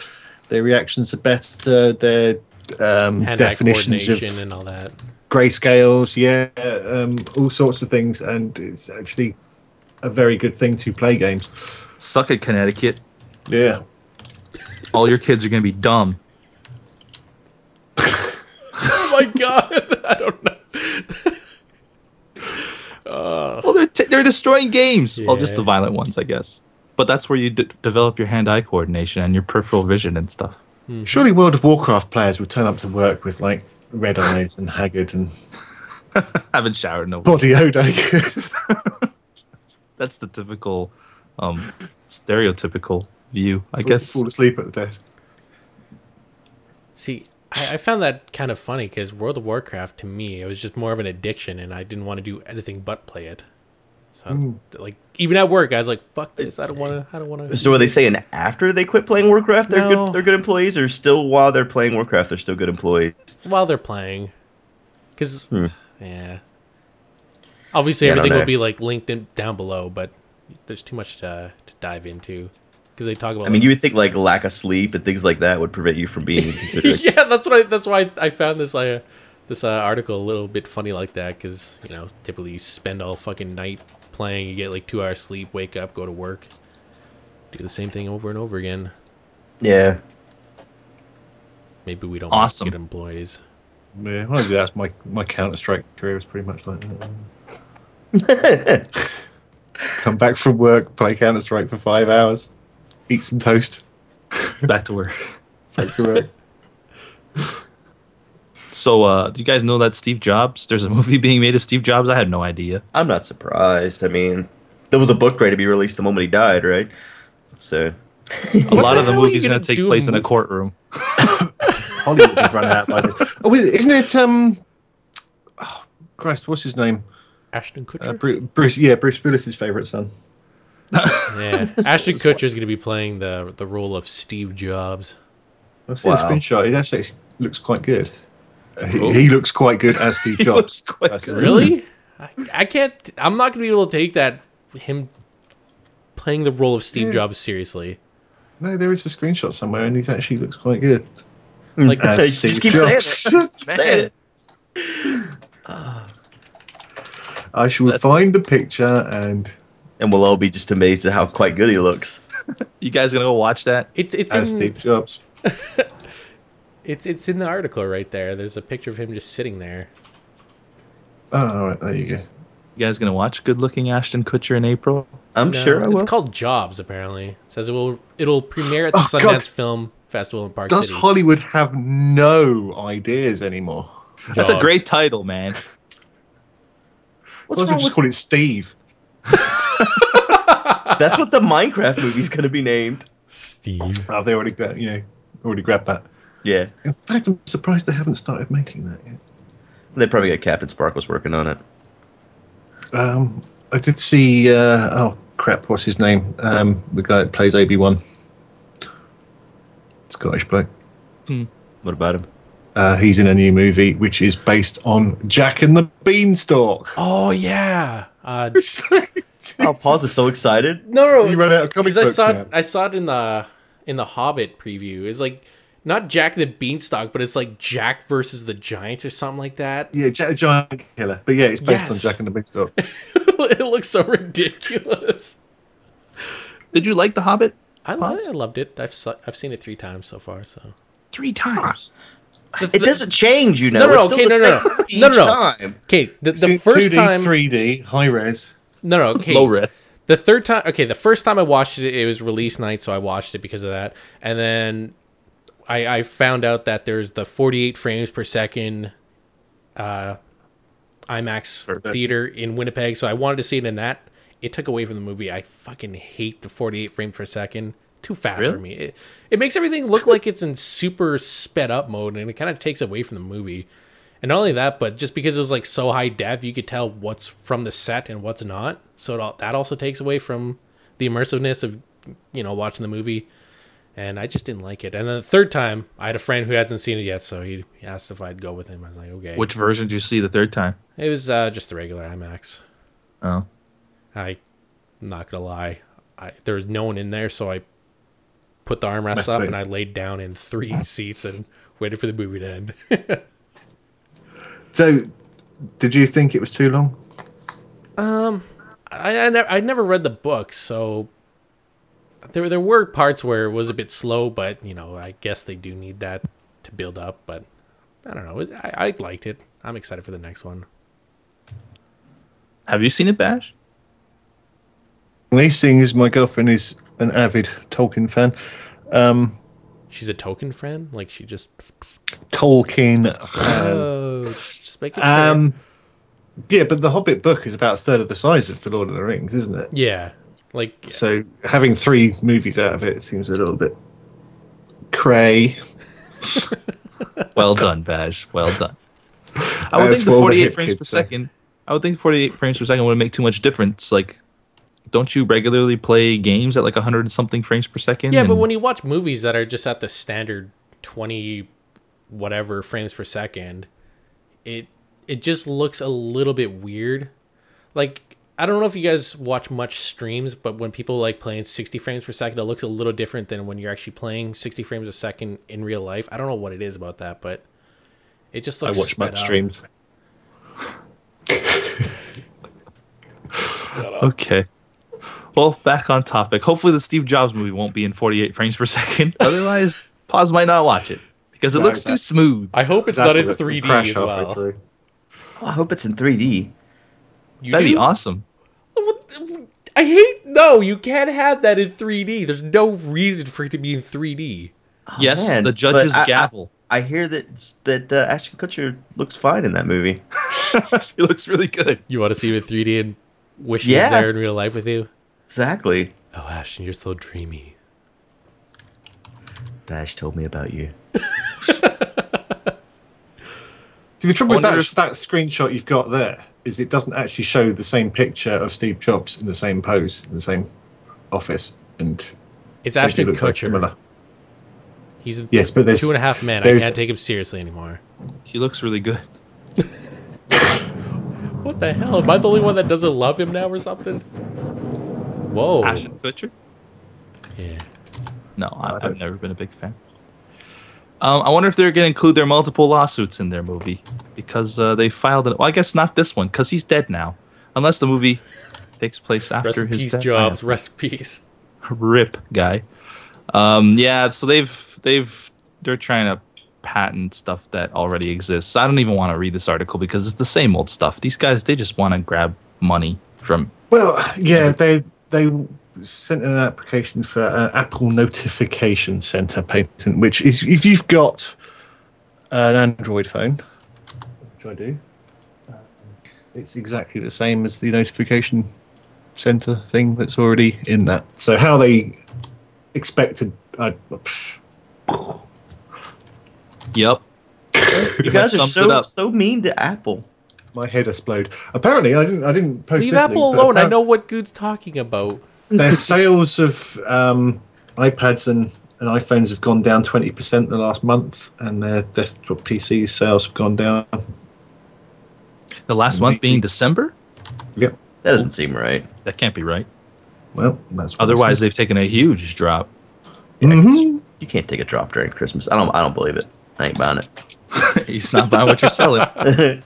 [SPEAKER 3] their reactions are better, their um,
[SPEAKER 4] hand
[SPEAKER 3] definitions of
[SPEAKER 4] coordination and all that
[SPEAKER 3] grayscales, yeah, um, all sorts of things, and it's actually a very good thing to play games.
[SPEAKER 2] Suck it, Connecticut.
[SPEAKER 3] Yeah,
[SPEAKER 2] All your kids are gonna be dumb.
[SPEAKER 4] oh my god i don't know
[SPEAKER 2] Well, they're t- they're destroying games. Well, just
[SPEAKER 4] Yeah.
[SPEAKER 2] the violent ones, I guess. But that's where you d- develop your hand-eye coordination and your peripheral vision and stuff.
[SPEAKER 3] Surely World of Warcraft players would turn up to work with like red eyes and haggard and
[SPEAKER 2] haven't showered in a week.
[SPEAKER 3] body odour.
[SPEAKER 2] That's the typical, um, stereotypical view, I guess.
[SPEAKER 3] fall asleep at the desk.
[SPEAKER 4] See, I, I found that kind of funny because World of Warcraft to me it was just more of an addiction, and I didn't want to do anything but play it. So like even at work, I was like, "Fuck this! I don't want to. I don't want to."
[SPEAKER 1] So are they saying after they quit playing Warcraft, they're
[SPEAKER 4] No.
[SPEAKER 1] good, they're good employees, or still while they're playing Warcraft, they're still good employees?
[SPEAKER 4] while they're playing, because yeah,
[SPEAKER 1] Hmm.
[SPEAKER 4] obviously
[SPEAKER 1] Yeah, I don't
[SPEAKER 4] everything will
[SPEAKER 1] know.
[SPEAKER 4] be like linked in down below, but there's too much to, to dive into because they talk about.
[SPEAKER 1] I mean,
[SPEAKER 4] like,
[SPEAKER 1] you would think like lack of sleep and things like that would prevent you from being considered.
[SPEAKER 4] yeah, that's what I, that's why I found this uh, this uh, article a little bit funny like that because you know typically you spend all fucking night playing, you get like two hours sleep, wake up, go to work, do the same thing over and over again.
[SPEAKER 1] yeah.
[SPEAKER 4] Maybe we don't
[SPEAKER 2] Awesome.
[SPEAKER 4] want good employees.
[SPEAKER 3] Yeah, well, that's my my Counter Strike career was pretty much like that. Come back from work, play Counter Strike for five hours, eat some toast,
[SPEAKER 2] Back to work.
[SPEAKER 3] back to work.
[SPEAKER 2] So, uh, do you guys know that Steve Jobs? There's a movie being made of Steve Jobs. I had no idea.
[SPEAKER 1] I'm not surprised. I mean, there was a book ready to be released the moment he died, right? So
[SPEAKER 2] A lot of the
[SPEAKER 4] hell are you
[SPEAKER 2] movie's gonna,
[SPEAKER 4] gonna
[SPEAKER 2] take
[SPEAKER 4] do a
[SPEAKER 2] place in a
[SPEAKER 4] movie?
[SPEAKER 2] courtroom.
[SPEAKER 3] Hollywood has run out by then. Oh, is- isn't it? Um, oh, Christ, what's his name?
[SPEAKER 4] Ashton
[SPEAKER 3] Uh,
[SPEAKER 4] Kutcher.
[SPEAKER 3] Bruce, Bruce, yeah, Bruce Willis's favorite son.
[SPEAKER 4] yeah, Ashton Kutcher is going to be playing the the role of Steve Jobs.
[SPEAKER 3] I've seen a
[SPEAKER 1] Wow.
[SPEAKER 3] screenshot. He actually looks quite good. Uh, He, he looks quite good as Steve Jobs.
[SPEAKER 2] looks quite
[SPEAKER 3] That's
[SPEAKER 2] good.
[SPEAKER 3] it.
[SPEAKER 4] Really? I, I can't. I'm not going to be able to take that him playing the role of Steve
[SPEAKER 2] Mm.
[SPEAKER 3] Yeah.
[SPEAKER 4] Jobs seriously.
[SPEAKER 3] No, there is a screenshot somewhere, and he actually looks quite good.
[SPEAKER 2] Mm.
[SPEAKER 4] Like
[SPEAKER 3] as
[SPEAKER 1] Just keep saying
[SPEAKER 3] Jobs.
[SPEAKER 1] say it.
[SPEAKER 3] I shall
[SPEAKER 2] That's-
[SPEAKER 3] find the picture and
[SPEAKER 1] and we'll all be just amazed at how quite good he looks.
[SPEAKER 2] You guys gonna go watch that?
[SPEAKER 4] it's it's in,
[SPEAKER 3] as Steve Jobs.
[SPEAKER 4] It's it's in the article right there. There's a picture of him just sitting there.
[SPEAKER 3] Oh, all right, there you go.
[SPEAKER 2] You guys gonna watch Good Looking Ashton Kutcher in April?
[SPEAKER 1] I'm
[SPEAKER 4] No,
[SPEAKER 1] sure I
[SPEAKER 4] it's
[SPEAKER 1] will.
[SPEAKER 4] called Jobs. Apparently, it says it will it'll premiere at the
[SPEAKER 3] Oh,
[SPEAKER 4] Sundance
[SPEAKER 3] God.
[SPEAKER 4] Film Festival in Park
[SPEAKER 3] Does
[SPEAKER 4] City.
[SPEAKER 3] Hollywood have no ideas anymore?
[SPEAKER 2] That's a
[SPEAKER 4] Jobs.
[SPEAKER 2] great title, man.
[SPEAKER 3] What's wrong just call it Steve?
[SPEAKER 1] That's what the Minecraft movie's gonna be named.
[SPEAKER 4] Steve.
[SPEAKER 3] Oh, they already got, you know, already grabbed that.
[SPEAKER 1] Yeah,
[SPEAKER 3] In fact, I'm surprised they haven't started making that yet.
[SPEAKER 1] they probably got Captain Sparkles working on it.
[SPEAKER 3] Um, I did see. Uh, oh crap! What's his name? Um, the guy that plays Obi Wan, Scottish bloke.
[SPEAKER 1] What about him?
[SPEAKER 3] Uh, he's in a new movie which is based on Jack and the Beanstalk.
[SPEAKER 4] Oh yeah. Uh,
[SPEAKER 1] Oh, Paws is so excited.
[SPEAKER 4] no, no.
[SPEAKER 3] You run out of comic
[SPEAKER 4] 'cause I
[SPEAKER 3] books
[SPEAKER 4] saw
[SPEAKER 3] now.
[SPEAKER 4] it, I saw it in the in the Hobbit preview. It's like not Jack the Beanstalk, but it's like Jack versus the Giants or something like that.
[SPEAKER 3] Yeah, Jack the Giant Killer. But yeah, it's based on
[SPEAKER 4] Yes.
[SPEAKER 3] Jack and the Beanstalk.
[SPEAKER 4] it looks so ridiculous.
[SPEAKER 2] Did you like The Hobbit?
[SPEAKER 4] I, lo- I loved it. I've saw, I've seen it three times so far. So
[SPEAKER 2] Three times.
[SPEAKER 4] Ah,
[SPEAKER 1] It doesn't change, you know.
[SPEAKER 4] No, no,
[SPEAKER 1] it's
[SPEAKER 4] no,
[SPEAKER 1] still
[SPEAKER 4] okay,
[SPEAKER 1] the
[SPEAKER 4] no, no,
[SPEAKER 1] same
[SPEAKER 4] no.
[SPEAKER 1] each
[SPEAKER 4] No, no, no.
[SPEAKER 1] time.
[SPEAKER 4] okay, the, the
[SPEAKER 3] Two-
[SPEAKER 4] first
[SPEAKER 3] 2D,
[SPEAKER 4] time
[SPEAKER 3] 3D, high res.
[SPEAKER 4] No, no, okay.
[SPEAKER 2] Low res.
[SPEAKER 4] The third time, okay, the first time I watched it, it was release night, so I watched it because of that. And then I, I found out that there's the 48 frames per second uh, IMAX
[SPEAKER 2] Perfect.
[SPEAKER 4] theater in Winnipeg, so I wanted to see it in that. It took away from the movie. I fucking hate the 48 frames per second. Too fast for me. It, it makes everything look like it's in super sped up mode, and it kind of takes away from the movie. And not only that, but just because it was like so high def, you could tell what's from the set and what's not. So it all, that also takes away from the immersiveness of you know watching the movie. And I just didn't like it. And then the third time, I had a friend who hasn't seen it yet, so he he asked if I'd go with him. I was like, okay.
[SPEAKER 2] Which version did you see the third time?
[SPEAKER 4] it was uh, just the regular IMAX.
[SPEAKER 2] Oh.
[SPEAKER 4] I, I'm not gonna lie, I, there was no one in there, so I put the armrest
[SPEAKER 3] Must
[SPEAKER 4] up
[SPEAKER 3] be.
[SPEAKER 4] and I laid down in three seats and waited for the movie to end.
[SPEAKER 3] So, did you think it was too long?
[SPEAKER 4] I, I, never, I never read the book, so there there were parts where it was a bit slow, but you know, I guess they do need that to build up. But I don't know, it- I, I liked it. I'm excited for the next one.
[SPEAKER 2] Have you seen it, Bash?
[SPEAKER 3] These things, my girlfriend is an avid Tolkien fan. Um,
[SPEAKER 4] she's a token friend. Like she just
[SPEAKER 3] Tolkien. fan.
[SPEAKER 4] oh, just, just make it.
[SPEAKER 3] um, yeah, but the Hobbit book is about a third of the size of the Lord of the Rings, isn't it?
[SPEAKER 4] yeah, like
[SPEAKER 3] So having three movies out of it seems a little bit cray.
[SPEAKER 2] Well done, Bash. Well done. I would
[SPEAKER 3] That's
[SPEAKER 2] think the
[SPEAKER 3] what all the
[SPEAKER 2] 48
[SPEAKER 3] hip
[SPEAKER 2] frames
[SPEAKER 3] kids
[SPEAKER 2] per
[SPEAKER 3] say.
[SPEAKER 2] second. I would think 48 frames per second wouldn't make too much difference. Like, don't you regularly play games at like 100 and something frames per second?
[SPEAKER 4] yeah, but
[SPEAKER 2] And-
[SPEAKER 4] when you watch movies that are just at the standard twenty whatever frames per second, it it just looks a little bit weird. Like I don't know if you guys watch much streams, but when people like playing sixty frames per second, it looks a little different than when you're actually playing sixty frames a second in real life. I don't know what it is about that, but it just
[SPEAKER 3] I
[SPEAKER 4] looks.
[SPEAKER 3] watch
[SPEAKER 4] sped
[SPEAKER 3] much
[SPEAKER 4] up.
[SPEAKER 3] streams.
[SPEAKER 2] okay. Well, back on topic. Hopefully, the Steve Jobs movie won't be in 48 frames per second. Otherwise, Pause might not watch it because it
[SPEAKER 3] No,
[SPEAKER 2] looks
[SPEAKER 3] exactly.
[SPEAKER 2] too smooth.
[SPEAKER 4] I hope it's
[SPEAKER 3] That
[SPEAKER 4] not in
[SPEAKER 3] would
[SPEAKER 4] three D
[SPEAKER 3] crash
[SPEAKER 4] as
[SPEAKER 3] halfway
[SPEAKER 4] well.
[SPEAKER 3] through.
[SPEAKER 1] Oh, I hope it's in 3D.
[SPEAKER 4] You
[SPEAKER 2] That'd be
[SPEAKER 4] do?
[SPEAKER 2] awesome.
[SPEAKER 4] What- I hate no. You can't have that in 3D. There's no reason for it to be in 3D.
[SPEAKER 2] yes,
[SPEAKER 1] Man,
[SPEAKER 2] the
[SPEAKER 1] but
[SPEAKER 2] judge's
[SPEAKER 1] I- I-
[SPEAKER 2] gavel.
[SPEAKER 1] I, hear that that uh, Ashton Kutcher looks fine in that movie.
[SPEAKER 2] it looks really good.
[SPEAKER 4] You want to see him in 3D and wish he
[SPEAKER 1] Yeah.
[SPEAKER 4] was there in real life with you?
[SPEAKER 1] Exactly.
[SPEAKER 4] Oh, Ashton, you're so dreamy.
[SPEAKER 1] Bash told me about you.
[SPEAKER 3] See, the trouble with that,
[SPEAKER 2] Wonder if-
[SPEAKER 3] that screenshot you've got there is it doesn't actually show the same picture of Steve Jobs in the same pose in the same office, and
[SPEAKER 4] It's
[SPEAKER 3] they do
[SPEAKER 4] Ashton
[SPEAKER 3] look very
[SPEAKER 4] Kutcher. He's in
[SPEAKER 3] Yes, but there's-
[SPEAKER 4] two and a half men. I
[SPEAKER 3] there's-
[SPEAKER 4] can't take him seriously anymore.
[SPEAKER 2] He looks really good.
[SPEAKER 4] What the hell? Am I the only one that doesn't love him now or something? Whoa.
[SPEAKER 2] Ashton Kutcher?
[SPEAKER 4] Yeah.
[SPEAKER 2] No, I, I've never been a big fan. Um, I wonder if they're going to include their multiple lawsuits in their movie because uh, they filed it. Well, I guess not this one because he's dead now, unless the movie takes place after
[SPEAKER 4] Rest in
[SPEAKER 2] his
[SPEAKER 4] peace,
[SPEAKER 2] death.
[SPEAKER 4] Jobs. Rest in peace.
[SPEAKER 2] Rip guy. Um, yeah, so they've they've they're trying to patent stuff that already exists. I don't even want to read this article because it's the same old stuff. These guys they just want to grab money from.
[SPEAKER 3] Well, yeah, they they sent an application for an Apple Notification Center patent, which is if you've got an Android phone, which I do, um, it's exactly the same as the notification center thing that's already in that. So how they expected, I
[SPEAKER 2] Yep.
[SPEAKER 1] You guys are
[SPEAKER 2] sums it
[SPEAKER 1] so
[SPEAKER 2] up.
[SPEAKER 1] so mean to Apple.
[SPEAKER 3] my head explode. Apparently, I didn't I didn't post.
[SPEAKER 4] Leave
[SPEAKER 3] this
[SPEAKER 4] Apple
[SPEAKER 3] link, but
[SPEAKER 4] alone. I
[SPEAKER 3] apparent-
[SPEAKER 4] know what Good's talking about.
[SPEAKER 3] their sales of um, iPads and, and iPhones have gone down 20% the last month, and their desktop PC sales have gone down.
[SPEAKER 2] The last month being December.
[SPEAKER 3] Yep.
[SPEAKER 1] That doesn't seem right.
[SPEAKER 2] That can't be right.
[SPEAKER 3] Well, that's what
[SPEAKER 2] Otherwise,
[SPEAKER 3] it
[SPEAKER 2] they've taken a huge drop.
[SPEAKER 3] says. Mhm.
[SPEAKER 1] You can't take a drop during Christmas. I don't. I don't believe it. I ain't buying
[SPEAKER 2] He's not buying what you're selling.
[SPEAKER 1] it.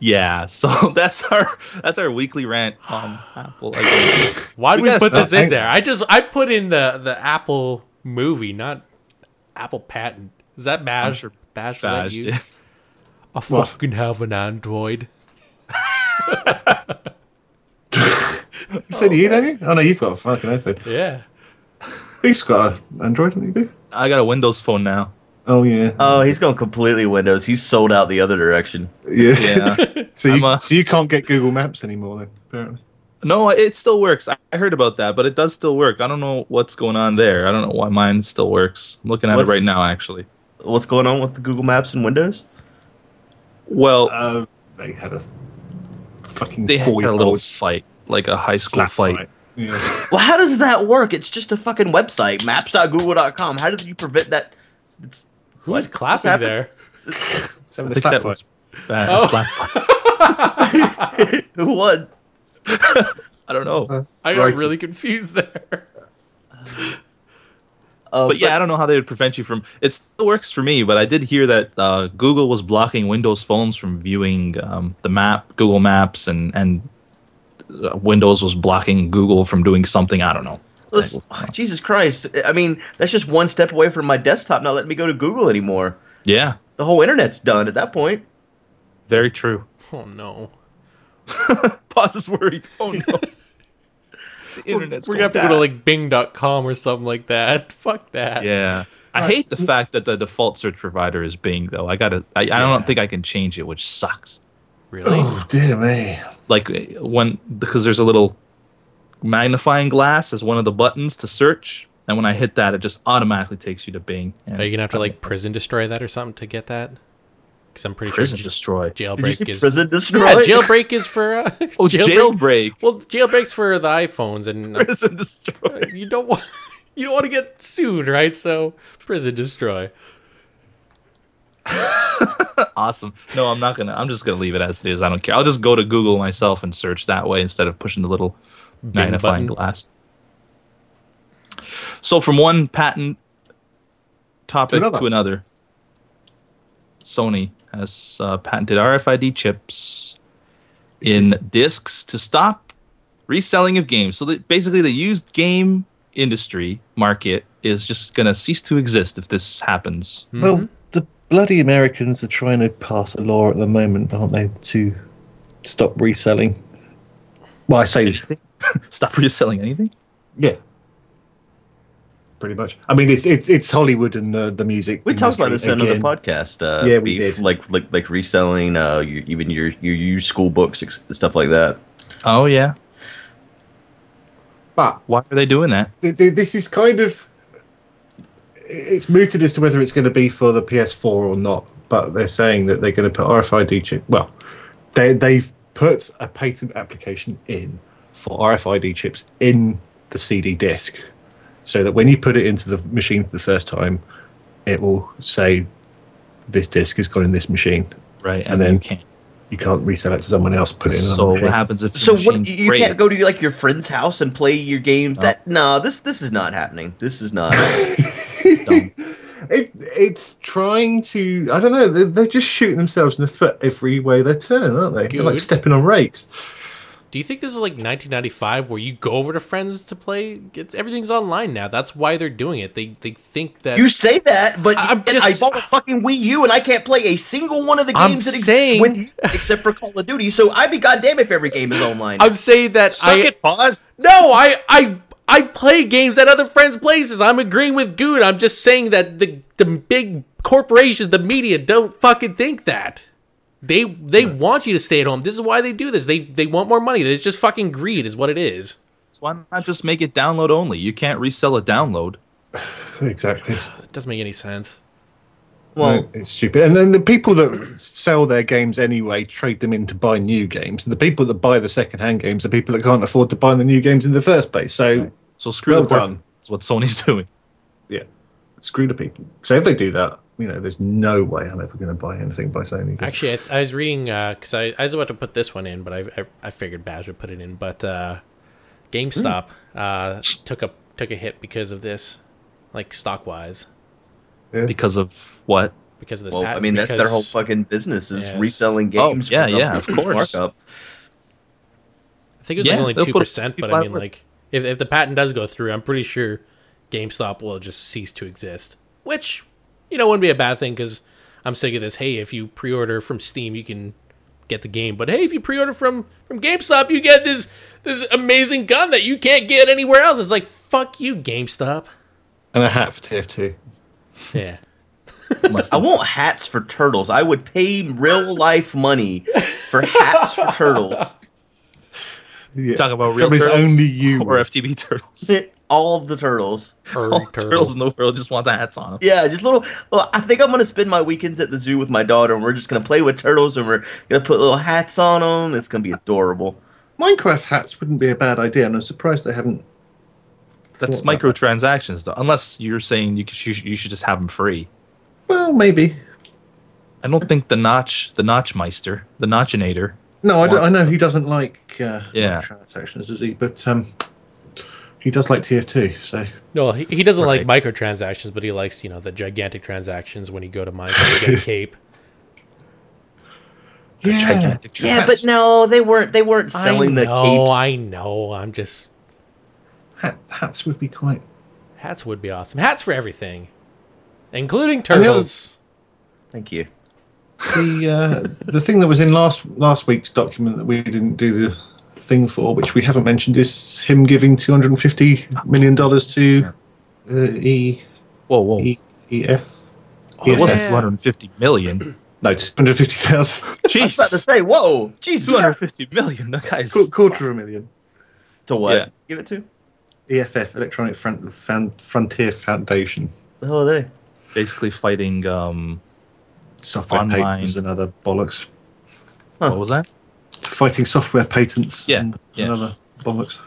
[SPEAKER 2] Yeah, so that's our that's our weekly rant on Apple. I guess.
[SPEAKER 4] Why
[SPEAKER 3] You
[SPEAKER 4] would we
[SPEAKER 3] guys
[SPEAKER 4] put
[SPEAKER 3] not
[SPEAKER 4] this in
[SPEAKER 3] angry.
[SPEAKER 4] there? I just I put in the the Apple movie, not Apple patent. Is that Bash?
[SPEAKER 2] sure
[SPEAKER 4] Bash,
[SPEAKER 2] Bash
[SPEAKER 4] was that you?
[SPEAKER 2] did.
[SPEAKER 4] I fucking have an Android.
[SPEAKER 3] So do you, don't you? Oh, no, you've got a fucking iPhone.
[SPEAKER 4] Yeah.
[SPEAKER 3] Who's got an Android? Don't you do?
[SPEAKER 2] I got a Windows phone now.
[SPEAKER 3] Oh, yeah.
[SPEAKER 2] Uh,
[SPEAKER 1] oh, he's going completely Windows. He's sold out the other direction.
[SPEAKER 3] yeah.
[SPEAKER 2] Yeah,
[SPEAKER 3] so,
[SPEAKER 2] I'm
[SPEAKER 3] you,
[SPEAKER 2] a-
[SPEAKER 3] so you can't get Google Maps anymore, then, apparently.
[SPEAKER 2] no, it still works. I I heard about that, but it does still work. I don't know what's going on there. I don't know why mine still works. I'm looking at
[SPEAKER 1] What's-
[SPEAKER 2] it right now, actually.
[SPEAKER 1] What's going on with the Google Maps and Windows?
[SPEAKER 2] Well,
[SPEAKER 3] Uh, they had a fucking
[SPEAKER 2] Oh. they had
[SPEAKER 3] four
[SPEAKER 2] a little fight, like a high school fight.
[SPEAKER 3] Yeah.
[SPEAKER 1] Well, how does that work? It's just a fucking website, maps.google.com. How did you prevent that? It's
[SPEAKER 4] Who's
[SPEAKER 1] What? What's
[SPEAKER 4] clapping
[SPEAKER 1] happened?
[SPEAKER 4] there?
[SPEAKER 3] Seven
[SPEAKER 2] I think
[SPEAKER 3] slap
[SPEAKER 2] that
[SPEAKER 3] fight.
[SPEAKER 2] was bad.
[SPEAKER 4] Oh.
[SPEAKER 2] Slap fight.
[SPEAKER 1] who won?
[SPEAKER 2] I don't know,
[SPEAKER 4] I got
[SPEAKER 3] Righty.
[SPEAKER 4] really confused there.
[SPEAKER 1] Uh,
[SPEAKER 2] but yeah, I don't know how they would prevent you from. It still works for me, but I did hear that uh, Google was blocking Windows phones from viewing um, the map, Google Maps, and and uh, Windows was blocking Google from doing something. I don't know.
[SPEAKER 1] Listen, oh, Jesus Christ. I mean, that's just one step away from my desktop not letting me go to Google anymore.
[SPEAKER 2] Yeah,
[SPEAKER 1] The whole internet's done at that point.
[SPEAKER 2] very true.
[SPEAKER 4] Oh no.
[SPEAKER 2] Pause is worried. Oh no. the internet's
[SPEAKER 4] We're gonna have to
[SPEAKER 2] going
[SPEAKER 4] go to
[SPEAKER 2] down.
[SPEAKER 4] like Bing.com or something like that. Fuck that.
[SPEAKER 2] Yeah. I hate the fact that the default search provider is Bing though. I gotta I, I don't think I can change it, which sucks.
[SPEAKER 4] Really?
[SPEAKER 3] Oh dear me.
[SPEAKER 2] Like uh, when because there's a little magnifying glass as one of the buttons to search. And when I hit that, it just automatically takes you to Bing. And
[SPEAKER 4] Are you gonna have to like prison destroy that or something to get that? Because I'm pretty
[SPEAKER 2] prison
[SPEAKER 4] sure j-
[SPEAKER 2] destroy?
[SPEAKER 1] Did you
[SPEAKER 4] jailbreak
[SPEAKER 1] see
[SPEAKER 4] is
[SPEAKER 1] prison destroy?
[SPEAKER 4] Yeah, jailbreak is for uh,
[SPEAKER 2] Oh,
[SPEAKER 4] jailbreak-
[SPEAKER 2] jailbreak!
[SPEAKER 4] Well, jailbreaks for the iPhones, and uh,
[SPEAKER 2] Prison destroy.
[SPEAKER 4] you don't want you don't want to get sued, right? So prison destroy.
[SPEAKER 2] Awesome. No, I'm not gonna. I'm just gonna leave it as it is. I don't care. I'll just go to Google myself and search that way instead of pushing the little magnifying
[SPEAKER 4] button.
[SPEAKER 2] glass. So from one patent topic to
[SPEAKER 3] another.
[SPEAKER 2] another, Sony has uh, patented RFID chips in discs to stop reselling of games. So that basically, the used game industry market is just gonna cease to exist if this happens.
[SPEAKER 1] Mm-hmm.
[SPEAKER 3] Well, the bloody Americans are trying to pass a law at the moment, aren't they, to stop reselling? Well, I say,
[SPEAKER 2] Stop reselling anything.
[SPEAKER 3] yeah, pretty much. I mean, it's it's, it's Hollywood and uh, the music.
[SPEAKER 1] We talked about this
[SPEAKER 3] industry
[SPEAKER 1] in another
[SPEAKER 3] again.
[SPEAKER 1] podcast. Uh,
[SPEAKER 3] Yeah, we
[SPEAKER 1] beef,
[SPEAKER 3] did.
[SPEAKER 1] Like, like, like reselling, uh, your, even your your used school books, ex- stuff like that.
[SPEAKER 2] Oh yeah.
[SPEAKER 3] But
[SPEAKER 2] Why are they doing that?
[SPEAKER 3] th- th- this is kind of it's mooted as to whether it's going to be for the PS4 or not. But they're saying that they're going to put RFID chip. Well, they they've put a patent application in for RFID chips in the CD disc, so that when you put it into the machine for the first time, it will say this disc has gone in this machine.
[SPEAKER 2] Right,
[SPEAKER 3] And then-
[SPEAKER 2] you can't.
[SPEAKER 3] You can't resell it to someone else. Put it in. another
[SPEAKER 2] So what
[SPEAKER 3] machine.
[SPEAKER 2] happens if the
[SPEAKER 1] So what?
[SPEAKER 2] machine
[SPEAKER 1] You you can't go to
[SPEAKER 2] breaks?
[SPEAKER 1] like your friend's house and play your games. That no, this this is not happening. This is not.
[SPEAKER 3] It it's trying to. I don't know. They're, they're just shooting themselves in the foot every way they turn, aren't they? They're like
[SPEAKER 4] Good.
[SPEAKER 3] stepping on rakes.
[SPEAKER 4] Do you think this is like 1995 where you go over to friends to play? It's everything's online now. That's why they're doing it. They they think that
[SPEAKER 1] you say that, but
[SPEAKER 4] I'm
[SPEAKER 1] I'm
[SPEAKER 4] just-
[SPEAKER 1] I bought a fucking Wii U and I can't play a single one of the games
[SPEAKER 4] I'm
[SPEAKER 1] that exists
[SPEAKER 4] saying-
[SPEAKER 1] when used, except for Call of Duty. So I'd be goddamn if every game is online.
[SPEAKER 4] I'm saying that
[SPEAKER 2] Suck
[SPEAKER 4] I
[SPEAKER 2] it, pause.
[SPEAKER 4] no I I I play games at other friends' places. I'm agreeing with Good. I'm just saying that the the big corporations, the media, don't fucking think that. They they want you to stay at home. This is why they do this. They they want more money. It's just fucking greed, is what it is.
[SPEAKER 2] Why not just make it download only? You can't resell a download.
[SPEAKER 3] Exactly.
[SPEAKER 4] It doesn't make any sense.
[SPEAKER 1] well,
[SPEAKER 3] Oh. it's stupid. And then the people that sell their games anyway trade them in to buy new games. And the people that buy the second-hand games are people that can't afford to buy the new games in the first place. So
[SPEAKER 2] So screw
[SPEAKER 3] Well
[SPEAKER 2] the board.
[SPEAKER 3] done.
[SPEAKER 2] That's what Sony's doing.
[SPEAKER 3] yeah, screw the people. So if they do that, you know, there's no way I'm ever going to buy anything by Sony. again.
[SPEAKER 4] Actually, I, th- I was reading because I, I was about to put this one in, but I I, I figured Baz would put it in. But uh, GameStop uh, took a took a hit because of this, like stock wise,
[SPEAKER 2] Because of what?
[SPEAKER 4] because of this.
[SPEAKER 1] well, I
[SPEAKER 4] patent,
[SPEAKER 1] mean that's their
[SPEAKER 4] because-
[SPEAKER 1] whole fucking business is
[SPEAKER 4] Yes.
[SPEAKER 1] reselling
[SPEAKER 2] Oh,
[SPEAKER 1] games.
[SPEAKER 2] yeah,
[SPEAKER 1] for a
[SPEAKER 2] yeah, of
[SPEAKER 1] huge
[SPEAKER 2] course.
[SPEAKER 1] Markup.
[SPEAKER 4] I think it was
[SPEAKER 2] Yeah,
[SPEAKER 4] like
[SPEAKER 2] they'll
[SPEAKER 4] only two
[SPEAKER 2] put
[SPEAKER 4] percent, but
[SPEAKER 2] people
[SPEAKER 4] I
[SPEAKER 2] out
[SPEAKER 4] mean,
[SPEAKER 2] of work.
[SPEAKER 4] like if if the patent does go through, I'm pretty sure GameStop will just cease to exist, which you know wouldn't be a bad thing because I'm sick of this. Hey, if you pre-order from Steam, you can get the game, but hey, if you pre-order from from GameStop, you get this this amazing gun that you can't get anywhere else. It's like fuck you, GameStop.
[SPEAKER 3] and a hat for TF2.
[SPEAKER 4] Yeah.
[SPEAKER 2] Must
[SPEAKER 1] I
[SPEAKER 2] have-
[SPEAKER 1] want hats for turtles. I would pay real life money for hats for turtles.
[SPEAKER 3] Yeah.
[SPEAKER 2] talking about real
[SPEAKER 3] Company's
[SPEAKER 2] turtles
[SPEAKER 3] only you.
[SPEAKER 2] or FTB turtles.
[SPEAKER 1] All of the turtles.
[SPEAKER 4] Or
[SPEAKER 2] All turtles in the world just want the hats on them.
[SPEAKER 1] Yeah, just little. Well, I think I'm gonna spend my weekends at the zoo with my daughter, and we're just gonna play with turtles, and we're gonna put little hats on them. It's gonna be adorable.
[SPEAKER 3] Minecraft hats wouldn't be a bad idea, and I'm surprised they haven't
[SPEAKER 2] That's
[SPEAKER 3] Well,
[SPEAKER 2] microtransactions, though. Unless you're saying you, could, you should- you should just have them free.
[SPEAKER 3] Well, maybe.
[SPEAKER 2] I don't think the notch, the notchmeister, the notchinator.
[SPEAKER 3] No, I, don't- I know he doesn't like uh,
[SPEAKER 2] Yeah.
[SPEAKER 3] transactions, does he? But um, he does like TF2, so
[SPEAKER 4] No, he, he doesn't like microtransactions, but he likes you know the gigantic transactions when you go to Minecraft and get a cape.
[SPEAKER 2] the
[SPEAKER 3] Yeah.
[SPEAKER 2] gigantic
[SPEAKER 1] Yeah,
[SPEAKER 2] trans-
[SPEAKER 1] but no, they weren't. They weren't selling the
[SPEAKER 4] I know,
[SPEAKER 1] capes.
[SPEAKER 4] I know. I'm just
[SPEAKER 3] hats, hats would be quite.
[SPEAKER 4] Hats would be awesome. Hats for everything, including
[SPEAKER 3] the
[SPEAKER 4] turtles.
[SPEAKER 1] Thank you.
[SPEAKER 3] The uh, the thing that was in last last week's document that we didn't do the thing for, which we haven't mentioned, is him giving two hundred and fifty million dollars to uh, E
[SPEAKER 2] Whoa, whoa.
[SPEAKER 3] E E F. Oh,
[SPEAKER 2] it wasn't
[SPEAKER 4] yeah.
[SPEAKER 2] 250 million.
[SPEAKER 3] No, two hundred fifty
[SPEAKER 1] I
[SPEAKER 3] thousand.
[SPEAKER 1] was
[SPEAKER 2] Jeez.
[SPEAKER 1] about to say, whoa, Jesus,
[SPEAKER 2] 250 million. That guy's
[SPEAKER 3] Qu- quarter of a million.
[SPEAKER 1] to what?
[SPEAKER 2] Yeah.
[SPEAKER 1] Give it to?
[SPEAKER 3] EFF, E Electronic Front, Fan, Frontier Foundation.
[SPEAKER 1] The hell are they?
[SPEAKER 2] basically fighting. Um,
[SPEAKER 3] Software
[SPEAKER 2] Online.
[SPEAKER 3] patents and other bollocks.
[SPEAKER 1] Huh.
[SPEAKER 2] What was
[SPEAKER 1] Oh,
[SPEAKER 2] that?
[SPEAKER 3] Fighting software patents
[SPEAKER 2] Yeah,
[SPEAKER 3] and
[SPEAKER 2] yeah.
[SPEAKER 3] another bollocks.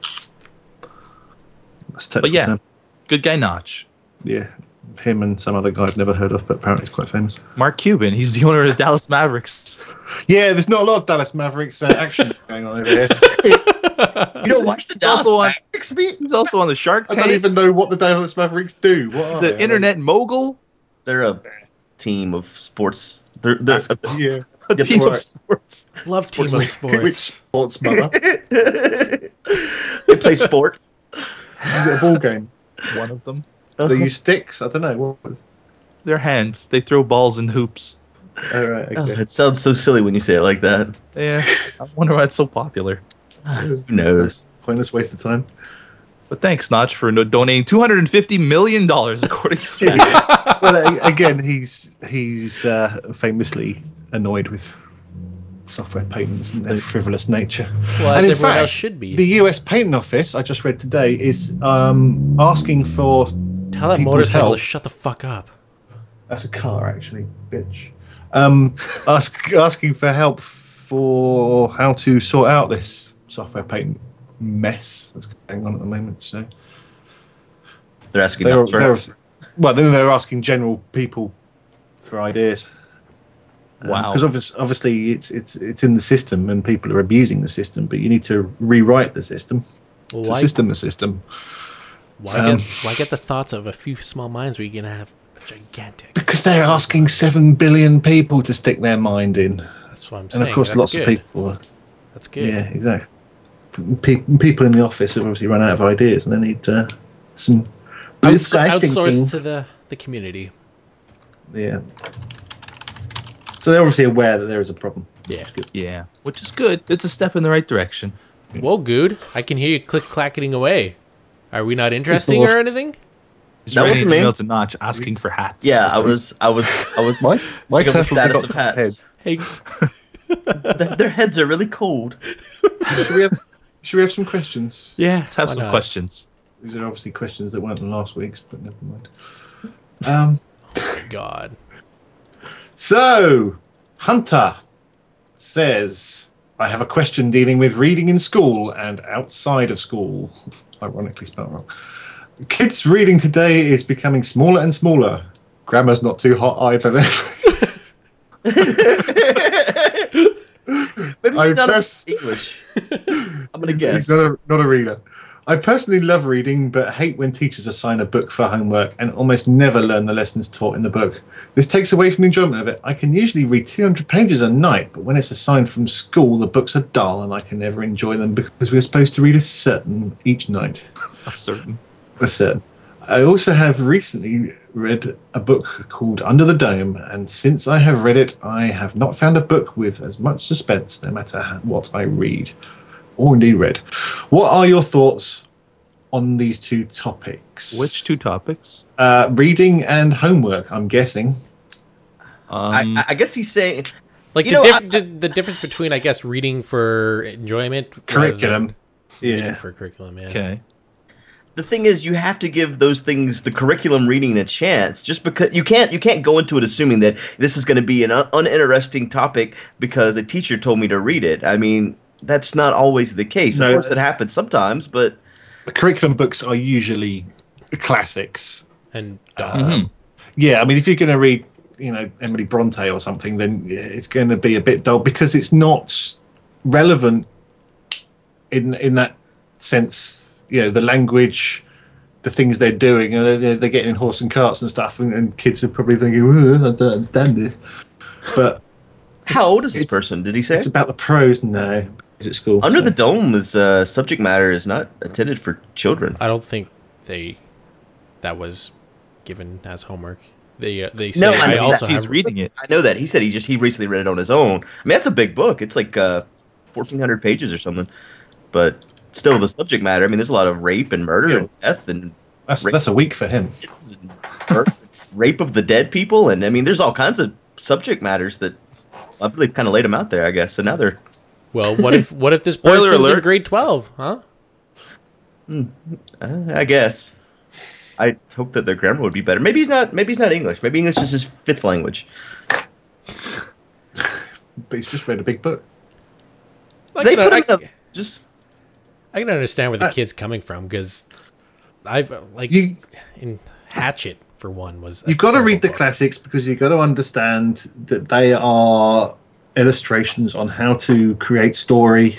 [SPEAKER 3] That's a technical
[SPEAKER 2] yeah.
[SPEAKER 3] term.
[SPEAKER 2] Good guy Notch.
[SPEAKER 3] Yeah. Him and some other guy I've never heard of, but apparently he's quite famous.
[SPEAKER 2] Mark Cuban. He's the owner of the Dallas Mavericks.
[SPEAKER 3] Yeah, there's not a lot of Dallas Mavericks uh, action going on over here.
[SPEAKER 1] You don't watch the
[SPEAKER 2] It's also on-
[SPEAKER 1] Dallas Mavericks beat?
[SPEAKER 2] He's also on the Shark
[SPEAKER 3] I don't
[SPEAKER 2] Tank.
[SPEAKER 3] even know what the Dallas Mavericks do. What
[SPEAKER 2] He's
[SPEAKER 3] are
[SPEAKER 2] an
[SPEAKER 3] they?
[SPEAKER 2] internet mogul.
[SPEAKER 1] They're a team of sports. They're, they're
[SPEAKER 3] Yeah.
[SPEAKER 2] A
[SPEAKER 1] Yeah,
[SPEAKER 2] team of
[SPEAKER 3] right.
[SPEAKER 2] sports.
[SPEAKER 4] Love team of
[SPEAKER 3] Which
[SPEAKER 4] sports.
[SPEAKER 3] sports mother?
[SPEAKER 1] they play sport.
[SPEAKER 3] Is it a ball game?
[SPEAKER 2] One of them.
[SPEAKER 1] Uh-huh.
[SPEAKER 3] Do they use sticks? I don't know. What was...
[SPEAKER 2] Their hands. They throw balls in hoops.
[SPEAKER 3] All right,
[SPEAKER 1] Oh,
[SPEAKER 3] okay.
[SPEAKER 1] it sounds so silly when you say it like that.
[SPEAKER 2] Yeah. I wonder why it's so popular.
[SPEAKER 1] Who knows?
[SPEAKER 3] Pointless waste of time.
[SPEAKER 2] But thanks, Notch, for no- donating $250 million, according to
[SPEAKER 3] well, a- again, he's he's uh, famously annoyed with software patents and their frivolous nature.
[SPEAKER 4] Well,
[SPEAKER 3] And
[SPEAKER 4] as
[SPEAKER 3] in
[SPEAKER 4] everyone
[SPEAKER 3] fact,
[SPEAKER 4] else should be.
[SPEAKER 3] The U.S. Patent Office, I just read today, is um, asking for
[SPEAKER 4] Tell that
[SPEAKER 3] people's
[SPEAKER 4] motorcycle
[SPEAKER 3] health.
[SPEAKER 4] to shut the fuck up.
[SPEAKER 3] that's a car actually, bitch. Um, ask, asking for help for how to sort out this software patent mess that's going on at the moment. So
[SPEAKER 1] They're asking
[SPEAKER 3] they're,
[SPEAKER 1] doctors.
[SPEAKER 3] they're well, then they're asking general people for ideas.
[SPEAKER 2] Wow.
[SPEAKER 3] Because obviously, obviously, it's it's it's in the system, and people are abusing the system. But you need to rewrite the system
[SPEAKER 4] Well,
[SPEAKER 3] to
[SPEAKER 4] why,
[SPEAKER 3] system the system.
[SPEAKER 4] why,
[SPEAKER 3] um,
[SPEAKER 4] get, why get the thoughts of a few small minds where you're going to have a gigantic.
[SPEAKER 3] Because they're asking seven billion people to stick their mind in,
[SPEAKER 4] That's what I'm
[SPEAKER 3] and
[SPEAKER 4] saying.
[SPEAKER 3] of course,
[SPEAKER 4] That's
[SPEAKER 3] lots
[SPEAKER 4] good.
[SPEAKER 3] of people. Are,
[SPEAKER 4] That's
[SPEAKER 3] yeah.
[SPEAKER 4] good.
[SPEAKER 3] exactly. Pe- people in the office have obviously run out of ideas, and they need uh, some
[SPEAKER 4] Outs-
[SPEAKER 3] outside thinking.
[SPEAKER 4] outsourced to the, the community.
[SPEAKER 3] yeah. So they're obviously aware that there is a problem.
[SPEAKER 4] Yeah.
[SPEAKER 2] Yeah. Which is good. It's a step in the right direction.
[SPEAKER 4] Whoa, good. I can hear you click clacketing away. Are we not interesting
[SPEAKER 3] Lord.
[SPEAKER 4] or anything?
[SPEAKER 2] He's
[SPEAKER 1] That
[SPEAKER 2] writing
[SPEAKER 1] wasn't
[SPEAKER 2] an
[SPEAKER 1] me.
[SPEAKER 2] email to Notch asking for hats.
[SPEAKER 1] yeah, I was, I was, I was.
[SPEAKER 3] Mike, Mike
[SPEAKER 1] Look at the
[SPEAKER 3] Turtle's
[SPEAKER 1] status of
[SPEAKER 3] got
[SPEAKER 1] hats.
[SPEAKER 4] Hey,
[SPEAKER 1] Their, their heads are really cold.
[SPEAKER 3] Should we have? Should we have some questions?
[SPEAKER 4] yeah.
[SPEAKER 2] Let's have
[SPEAKER 4] why
[SPEAKER 2] some
[SPEAKER 4] not?
[SPEAKER 2] questions.
[SPEAKER 3] These are obviously questions that weren't in last week's, but never mind. Um,
[SPEAKER 4] God.
[SPEAKER 3] so, Hunter says, I have a question dealing with reading in school and outside of school. Ironically spelled wrong. Kids' reading today is becoming smaller and smaller. Grammar's not too hot either. Then.
[SPEAKER 1] Maybe
[SPEAKER 3] I
[SPEAKER 1] he's not
[SPEAKER 3] best-
[SPEAKER 1] English. I'm gonna guess.
[SPEAKER 3] He's not a, not a reader. I personally love reading, but hate when teachers assign a book for homework and almost never learn the lessons taught in the book. This takes away from the enjoyment of it. I can usually read 200 pages a night, but when it's assigned from school, the books are dull and I can never enjoy them because we're supposed to read a certain each night.
[SPEAKER 2] A certain.
[SPEAKER 3] A certain. I also have recently read a book called Under the Dome, and since I have read it, I have not found a book with as much suspense, no matter how- what I read or indeed read. What are your thoughts on these two topics?
[SPEAKER 2] Which two topics?
[SPEAKER 3] Uh, reading and homework, I'm guessing.
[SPEAKER 2] Um,
[SPEAKER 1] I, I guess he's saying
[SPEAKER 4] Like
[SPEAKER 1] You
[SPEAKER 4] the,
[SPEAKER 1] know,
[SPEAKER 4] diff-
[SPEAKER 1] I-
[SPEAKER 4] the, the difference between, I guess, reading for enjoyment, rather than
[SPEAKER 3] Curriculum.
[SPEAKER 4] reading
[SPEAKER 3] Yeah.
[SPEAKER 4] for curriculum. Yeah.
[SPEAKER 2] okay.
[SPEAKER 1] the thing is you have to give those things the curriculum reading a chance just because you can't you can't go into it assuming that this is going to be an un- uninteresting topic because a teacher told me to read it i mean that's not always the case
[SPEAKER 3] No.
[SPEAKER 1] of course it happens sometimes but
[SPEAKER 3] The curriculum books are usually classics.
[SPEAKER 4] And
[SPEAKER 2] Mhm.
[SPEAKER 3] Yeah, I mean, if you're going to read, you know, Emily Bronte or something, then it's going to be a bit dull because it's not relevant in in that sense. You know, the language, the things they're doing, you know, they're, they're getting in horse and carts and stuff, and, and kids are probably thinking, "Ugh, "I don't understand this," but
[SPEAKER 1] how old is this
[SPEAKER 3] It's-
[SPEAKER 1] person did he say
[SPEAKER 3] it's about the prose now. Is at school
[SPEAKER 1] under
[SPEAKER 3] so-
[SPEAKER 1] the dome is uh, subject matter is not intended for children
[SPEAKER 4] I don't think they that was given as homework. They uh, they say
[SPEAKER 1] No, I
[SPEAKER 4] I,
[SPEAKER 1] mean,
[SPEAKER 4] also
[SPEAKER 2] he's
[SPEAKER 4] have,
[SPEAKER 2] reading it.
[SPEAKER 1] i know that he said he just he recently read it on his own i mean that's a big book it's like uh, 1400 pages or something but still the subject matter. I mean, there's a lot of rape and murder
[SPEAKER 3] Yeah.
[SPEAKER 1] and death and
[SPEAKER 3] That's that's a week for him.
[SPEAKER 1] kids and murder, rape of the dead people, and I mean, there's all kinds of subject matters that I've really kind of laid them out there, I guess. So now they're
[SPEAKER 4] Well, what if what if this
[SPEAKER 2] Spoiler
[SPEAKER 4] person's in
[SPEAKER 2] alert.
[SPEAKER 4] grade twelve? Huh?
[SPEAKER 1] Uh, I guess. I hope that their grammar would be better. Maybe he's not. Maybe he's not English. Maybe English is his fifth language.
[SPEAKER 3] But he's just read a big book.
[SPEAKER 4] I
[SPEAKER 1] they
[SPEAKER 4] can,
[SPEAKER 1] put
[SPEAKER 4] I,
[SPEAKER 1] him in a, just
[SPEAKER 4] I can understand where the
[SPEAKER 3] Uh,
[SPEAKER 4] kid's coming from because I've uh, like
[SPEAKER 3] You
[SPEAKER 4] in Hatchet for one was a
[SPEAKER 3] you've got to
[SPEAKER 4] terrible
[SPEAKER 3] read the
[SPEAKER 4] book.
[SPEAKER 3] classics because you've got to understand that they are illustrations on how to create story,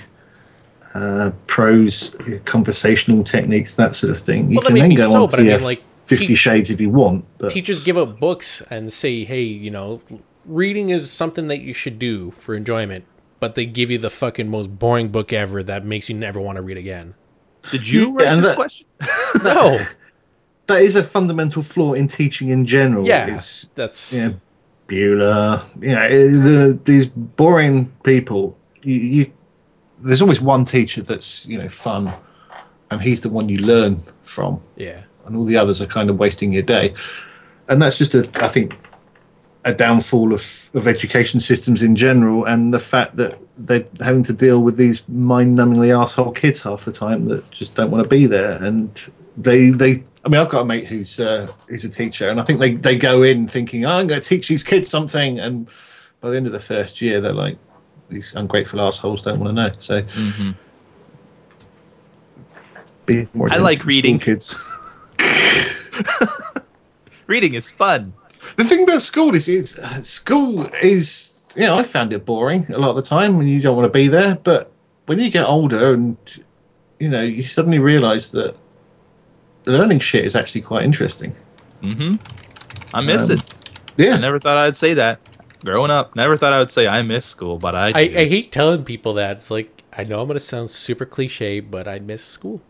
[SPEAKER 3] uh, prose, conversational techniques, that sort of thing. You
[SPEAKER 4] Well, that
[SPEAKER 3] can
[SPEAKER 4] may
[SPEAKER 3] then
[SPEAKER 4] be
[SPEAKER 3] go
[SPEAKER 4] so,
[SPEAKER 3] on
[SPEAKER 4] but
[SPEAKER 3] to
[SPEAKER 4] I mean,
[SPEAKER 3] your
[SPEAKER 4] like,
[SPEAKER 3] Fifty
[SPEAKER 4] teach-
[SPEAKER 3] Shades if you want, but
[SPEAKER 4] teachers give out books and say, hey, you know, reading is something that you should do for enjoyment, but they give you the fucking most boring book ever that makes you never want to read again.
[SPEAKER 2] Did you
[SPEAKER 3] Yeah,
[SPEAKER 2] write
[SPEAKER 3] and
[SPEAKER 2] this
[SPEAKER 3] that-
[SPEAKER 2] question?
[SPEAKER 4] No,
[SPEAKER 3] that is a fundamental flaw in teaching in general.
[SPEAKER 4] Yeah.
[SPEAKER 3] is,
[SPEAKER 4] that's
[SPEAKER 3] you know, Bueller, you know, eh, the, these boring people. You, you, there's always one teacher that's you know fun, and he's the one you learn from,
[SPEAKER 4] yeah.
[SPEAKER 3] and all the others are kind of wasting your day, and that's just a I think a downfall of of education systems in general, and the fact that they're having to deal with these mind-numbingly asshole kids half the time that just don't want to be there, and they they. I mean, I've got a mate who's uh, who's a teacher, and I think they they go in thinking, oh, "I'm going to teach these kids something," and by the end of the first year, they're like, "These ungrateful assholes don't want to know." So,
[SPEAKER 2] Mm-hmm.
[SPEAKER 3] be more
[SPEAKER 2] I like
[SPEAKER 3] gentle with
[SPEAKER 2] reading.
[SPEAKER 3] school kids.
[SPEAKER 2] Reading is fun.
[SPEAKER 3] The thing about school is, is uh, school is, you know, I found it boring a lot of the time and you don't want to be there. But when you get older and, you know, you suddenly realize that learning shit is actually quite interesting.
[SPEAKER 2] hmm I miss
[SPEAKER 3] Um,
[SPEAKER 2] it. I
[SPEAKER 3] Yeah.
[SPEAKER 2] never thought I'd say that. Growing up, never thought I would say I miss school, but I.
[SPEAKER 4] I,
[SPEAKER 2] do.
[SPEAKER 4] I hate telling people that. It's like, I know I'm going to sound super cliche, but I miss school.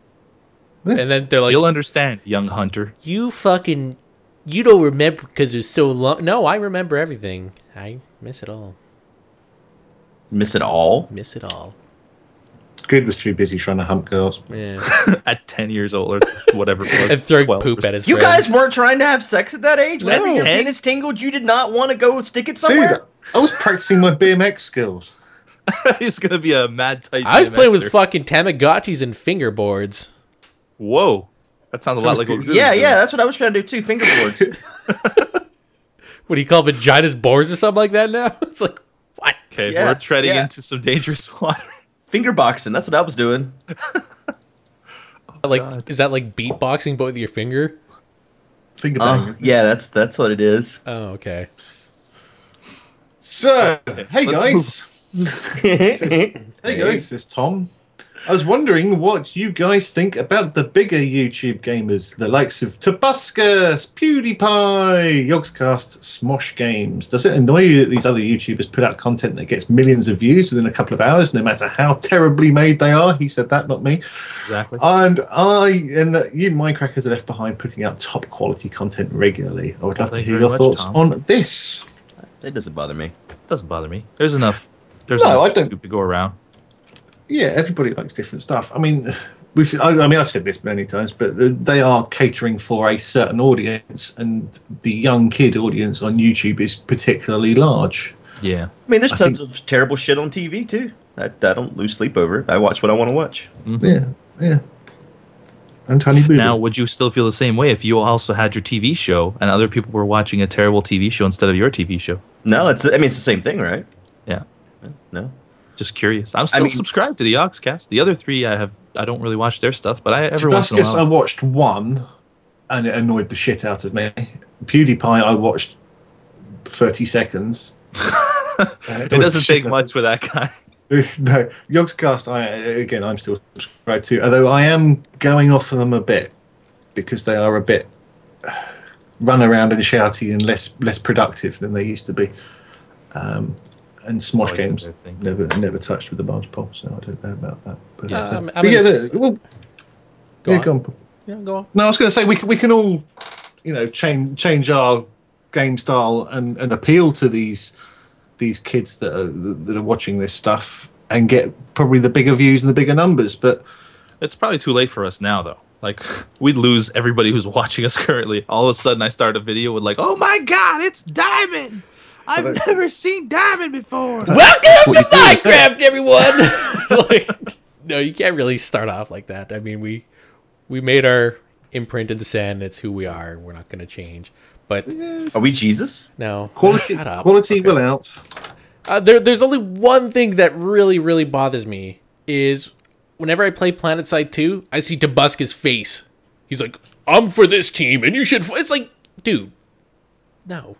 [SPEAKER 3] Yeah.
[SPEAKER 4] And then they're like,
[SPEAKER 2] You'll understand, young hunter.
[SPEAKER 4] you fucking, you don't remember because it was so long. No, I remember everything. I miss it all.
[SPEAKER 1] miss it all.
[SPEAKER 4] Miss it all.
[SPEAKER 3] Good was too busy trying to hump girls.
[SPEAKER 4] Yeah.
[SPEAKER 2] at ten years old or whatever it was.
[SPEAKER 4] and throwing
[SPEAKER 2] 12 or
[SPEAKER 4] poop at his
[SPEAKER 1] You
[SPEAKER 4] friends.
[SPEAKER 1] guys weren't trying to have sex at that age. Whenever
[SPEAKER 4] No.
[SPEAKER 1] your penis tingled, you did not want to go stick it
[SPEAKER 3] Dude,
[SPEAKER 1] somewhere.
[SPEAKER 3] I was practicing my BMX skills.
[SPEAKER 2] He's gonna be a mad type.
[SPEAKER 4] I was playing with
[SPEAKER 2] BMXer.
[SPEAKER 4] fucking Tamagotchis and fingerboards.
[SPEAKER 2] Whoa, that sounds a lot like what
[SPEAKER 3] Sounds
[SPEAKER 2] Zeus
[SPEAKER 1] yeah,
[SPEAKER 2] does.
[SPEAKER 1] yeah, that's what I was trying to do too. Fingerboards.
[SPEAKER 4] What do you call vaginas boards or something like that now? It's like, what?
[SPEAKER 2] Okay,
[SPEAKER 1] Yeah,
[SPEAKER 2] we're treading
[SPEAKER 1] yeah.
[SPEAKER 2] into some dangerous water.
[SPEAKER 1] Finger boxing. That's what I was doing.
[SPEAKER 4] Like, is that like beatboxing but with your finger?
[SPEAKER 3] Finger bang.
[SPEAKER 1] Uh, yeah, that's that's what it is.
[SPEAKER 4] Oh, okay.
[SPEAKER 3] So, hey
[SPEAKER 2] let's
[SPEAKER 3] guys. Hey guys, it's Tom. I was wondering what you guys think about the bigger YouTube gamers, the likes of Tabuscus, PewDiePie, Yogscast, Smosh Games. Does it annoy you that these other YouTubers put out content that gets millions of views within a couple of hours, no matter how terribly made they are? He said that, not me.
[SPEAKER 2] Exactly.
[SPEAKER 3] And I and that you Minecrackers are left behind putting out top quality content regularly. I would love to
[SPEAKER 2] thank you
[SPEAKER 3] hear your
[SPEAKER 2] very much,
[SPEAKER 3] thoughts
[SPEAKER 2] Tom.
[SPEAKER 3] on this.
[SPEAKER 1] It doesn't bother me.
[SPEAKER 2] Doesn't bother me. There's enough. There's
[SPEAKER 3] No,
[SPEAKER 2] enough
[SPEAKER 3] I don't-
[SPEAKER 2] YouTube to go around.
[SPEAKER 3] yeah, everybody likes different stuff. I mean, we've. I, I mean, I've said this many times, but the- they are catering for a certain audience, and the young kid audience on YouTube is particularly large.
[SPEAKER 2] Yeah.
[SPEAKER 1] I mean, there's
[SPEAKER 3] I
[SPEAKER 1] tons of terrible shit on TV too. I, I don't lose sleep over it. I watch what I want to watch.
[SPEAKER 3] Yeah, yeah. And Tiny Boo.
[SPEAKER 2] Mm-hmm. Now, would you still feel the same way if you also had your TV show and other people were watching a terrible TV show instead of your TV show?
[SPEAKER 1] No, it's. I mean, it's the same thing, right?
[SPEAKER 2] Yeah.
[SPEAKER 1] No.
[SPEAKER 2] Just curious. I'm still
[SPEAKER 1] mean-
[SPEAKER 2] subscribed to the Oxcast. The other three, I have. I don't really watch their stuff, but I every once in a
[SPEAKER 3] Tabascus, I
[SPEAKER 2] while.
[SPEAKER 3] watched one, and it annoyed the shit out of me. PewDiePie, I watched thirty seconds. Uh,
[SPEAKER 2] It doesn't take much for that guy.
[SPEAKER 3] no, Yogscast. I again, I'm still subscribed to, although I am going off of them a bit because they are a bit run around and shouty and less less productive than they used to be. Um, and
[SPEAKER 2] always
[SPEAKER 3] Smosh
[SPEAKER 2] been
[SPEAKER 3] games
[SPEAKER 2] their thing.
[SPEAKER 3] never never touched with the barge pole, so I don't know about that. But,
[SPEAKER 4] Yeah,
[SPEAKER 3] uh,
[SPEAKER 4] I'm-
[SPEAKER 3] but
[SPEAKER 4] I'm
[SPEAKER 3] yeah,
[SPEAKER 4] gonna s-
[SPEAKER 3] no, well,
[SPEAKER 4] Go
[SPEAKER 3] yeah,
[SPEAKER 4] on.
[SPEAKER 3] go on, Paul.
[SPEAKER 4] Yeah, go on.
[SPEAKER 3] No, I was going to say we can, we can all, you know, change change our game style and, and appeal to these these kids that are that are watching this stuff and get probably the bigger views and the bigger numbers. But
[SPEAKER 2] It's probably too late for us now, though. Like, we'd lose everybody who's watching us currently. All of a sudden, I start a video with, like, oh my God, it's Diamond! I've
[SPEAKER 3] But-
[SPEAKER 2] never seen Diamond before!
[SPEAKER 4] Welcome to Minecraft, everyone. like, no, you can't really start off like that. I mean, we we made our imprint in the sand. It's who we are. We're not going to change. But
[SPEAKER 1] Are we Jesus?
[SPEAKER 4] no,
[SPEAKER 3] quality
[SPEAKER 4] Shut up.
[SPEAKER 3] quality will out.
[SPEAKER 4] Uh, there, there's only one thing that really, really bothers me is whenever I play Planet Side 2, I see Debuska's face. He's like, I'm for this team, and you should. F-. It's like, dude, no,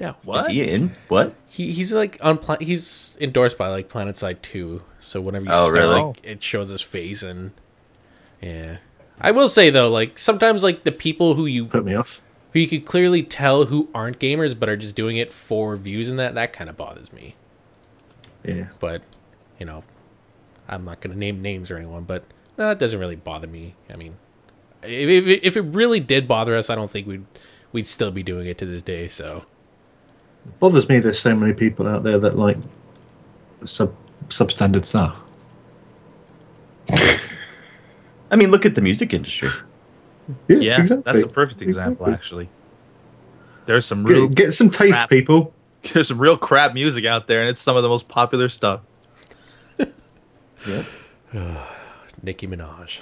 [SPEAKER 4] no.
[SPEAKER 1] Is
[SPEAKER 2] What?
[SPEAKER 1] he in? What?
[SPEAKER 4] He, he's like on. Pla- he's endorsed by like Planet Side 2, so whenever you
[SPEAKER 1] Oh,
[SPEAKER 4] start,
[SPEAKER 1] really?
[SPEAKER 4] like, it shows his face, and yeah. I will say though, like sometimes like the people who you
[SPEAKER 3] Put me off.
[SPEAKER 4] who you could clearly tell who aren't gamers but are just doing it for views and that that kind of bothers me
[SPEAKER 1] Yeah.
[SPEAKER 4] but you know i'm not going to name names or anyone but no it doesn't really bother me i mean if, if, it- if it really did bother us i don't think we'd we'd still be doing it to this day so
[SPEAKER 3] bothers me there's so many people out there that like sub substandard stuff.
[SPEAKER 1] I mean, look at the music industry.
[SPEAKER 2] Yeah, that's a perfect example,
[SPEAKER 3] Exactly.
[SPEAKER 2] actually. There's some real
[SPEAKER 3] Get, get some taste,
[SPEAKER 2] Crap.
[SPEAKER 3] people.
[SPEAKER 2] there's some real crap music out there, and it's some of the most popular stuff.
[SPEAKER 4] nicki minaj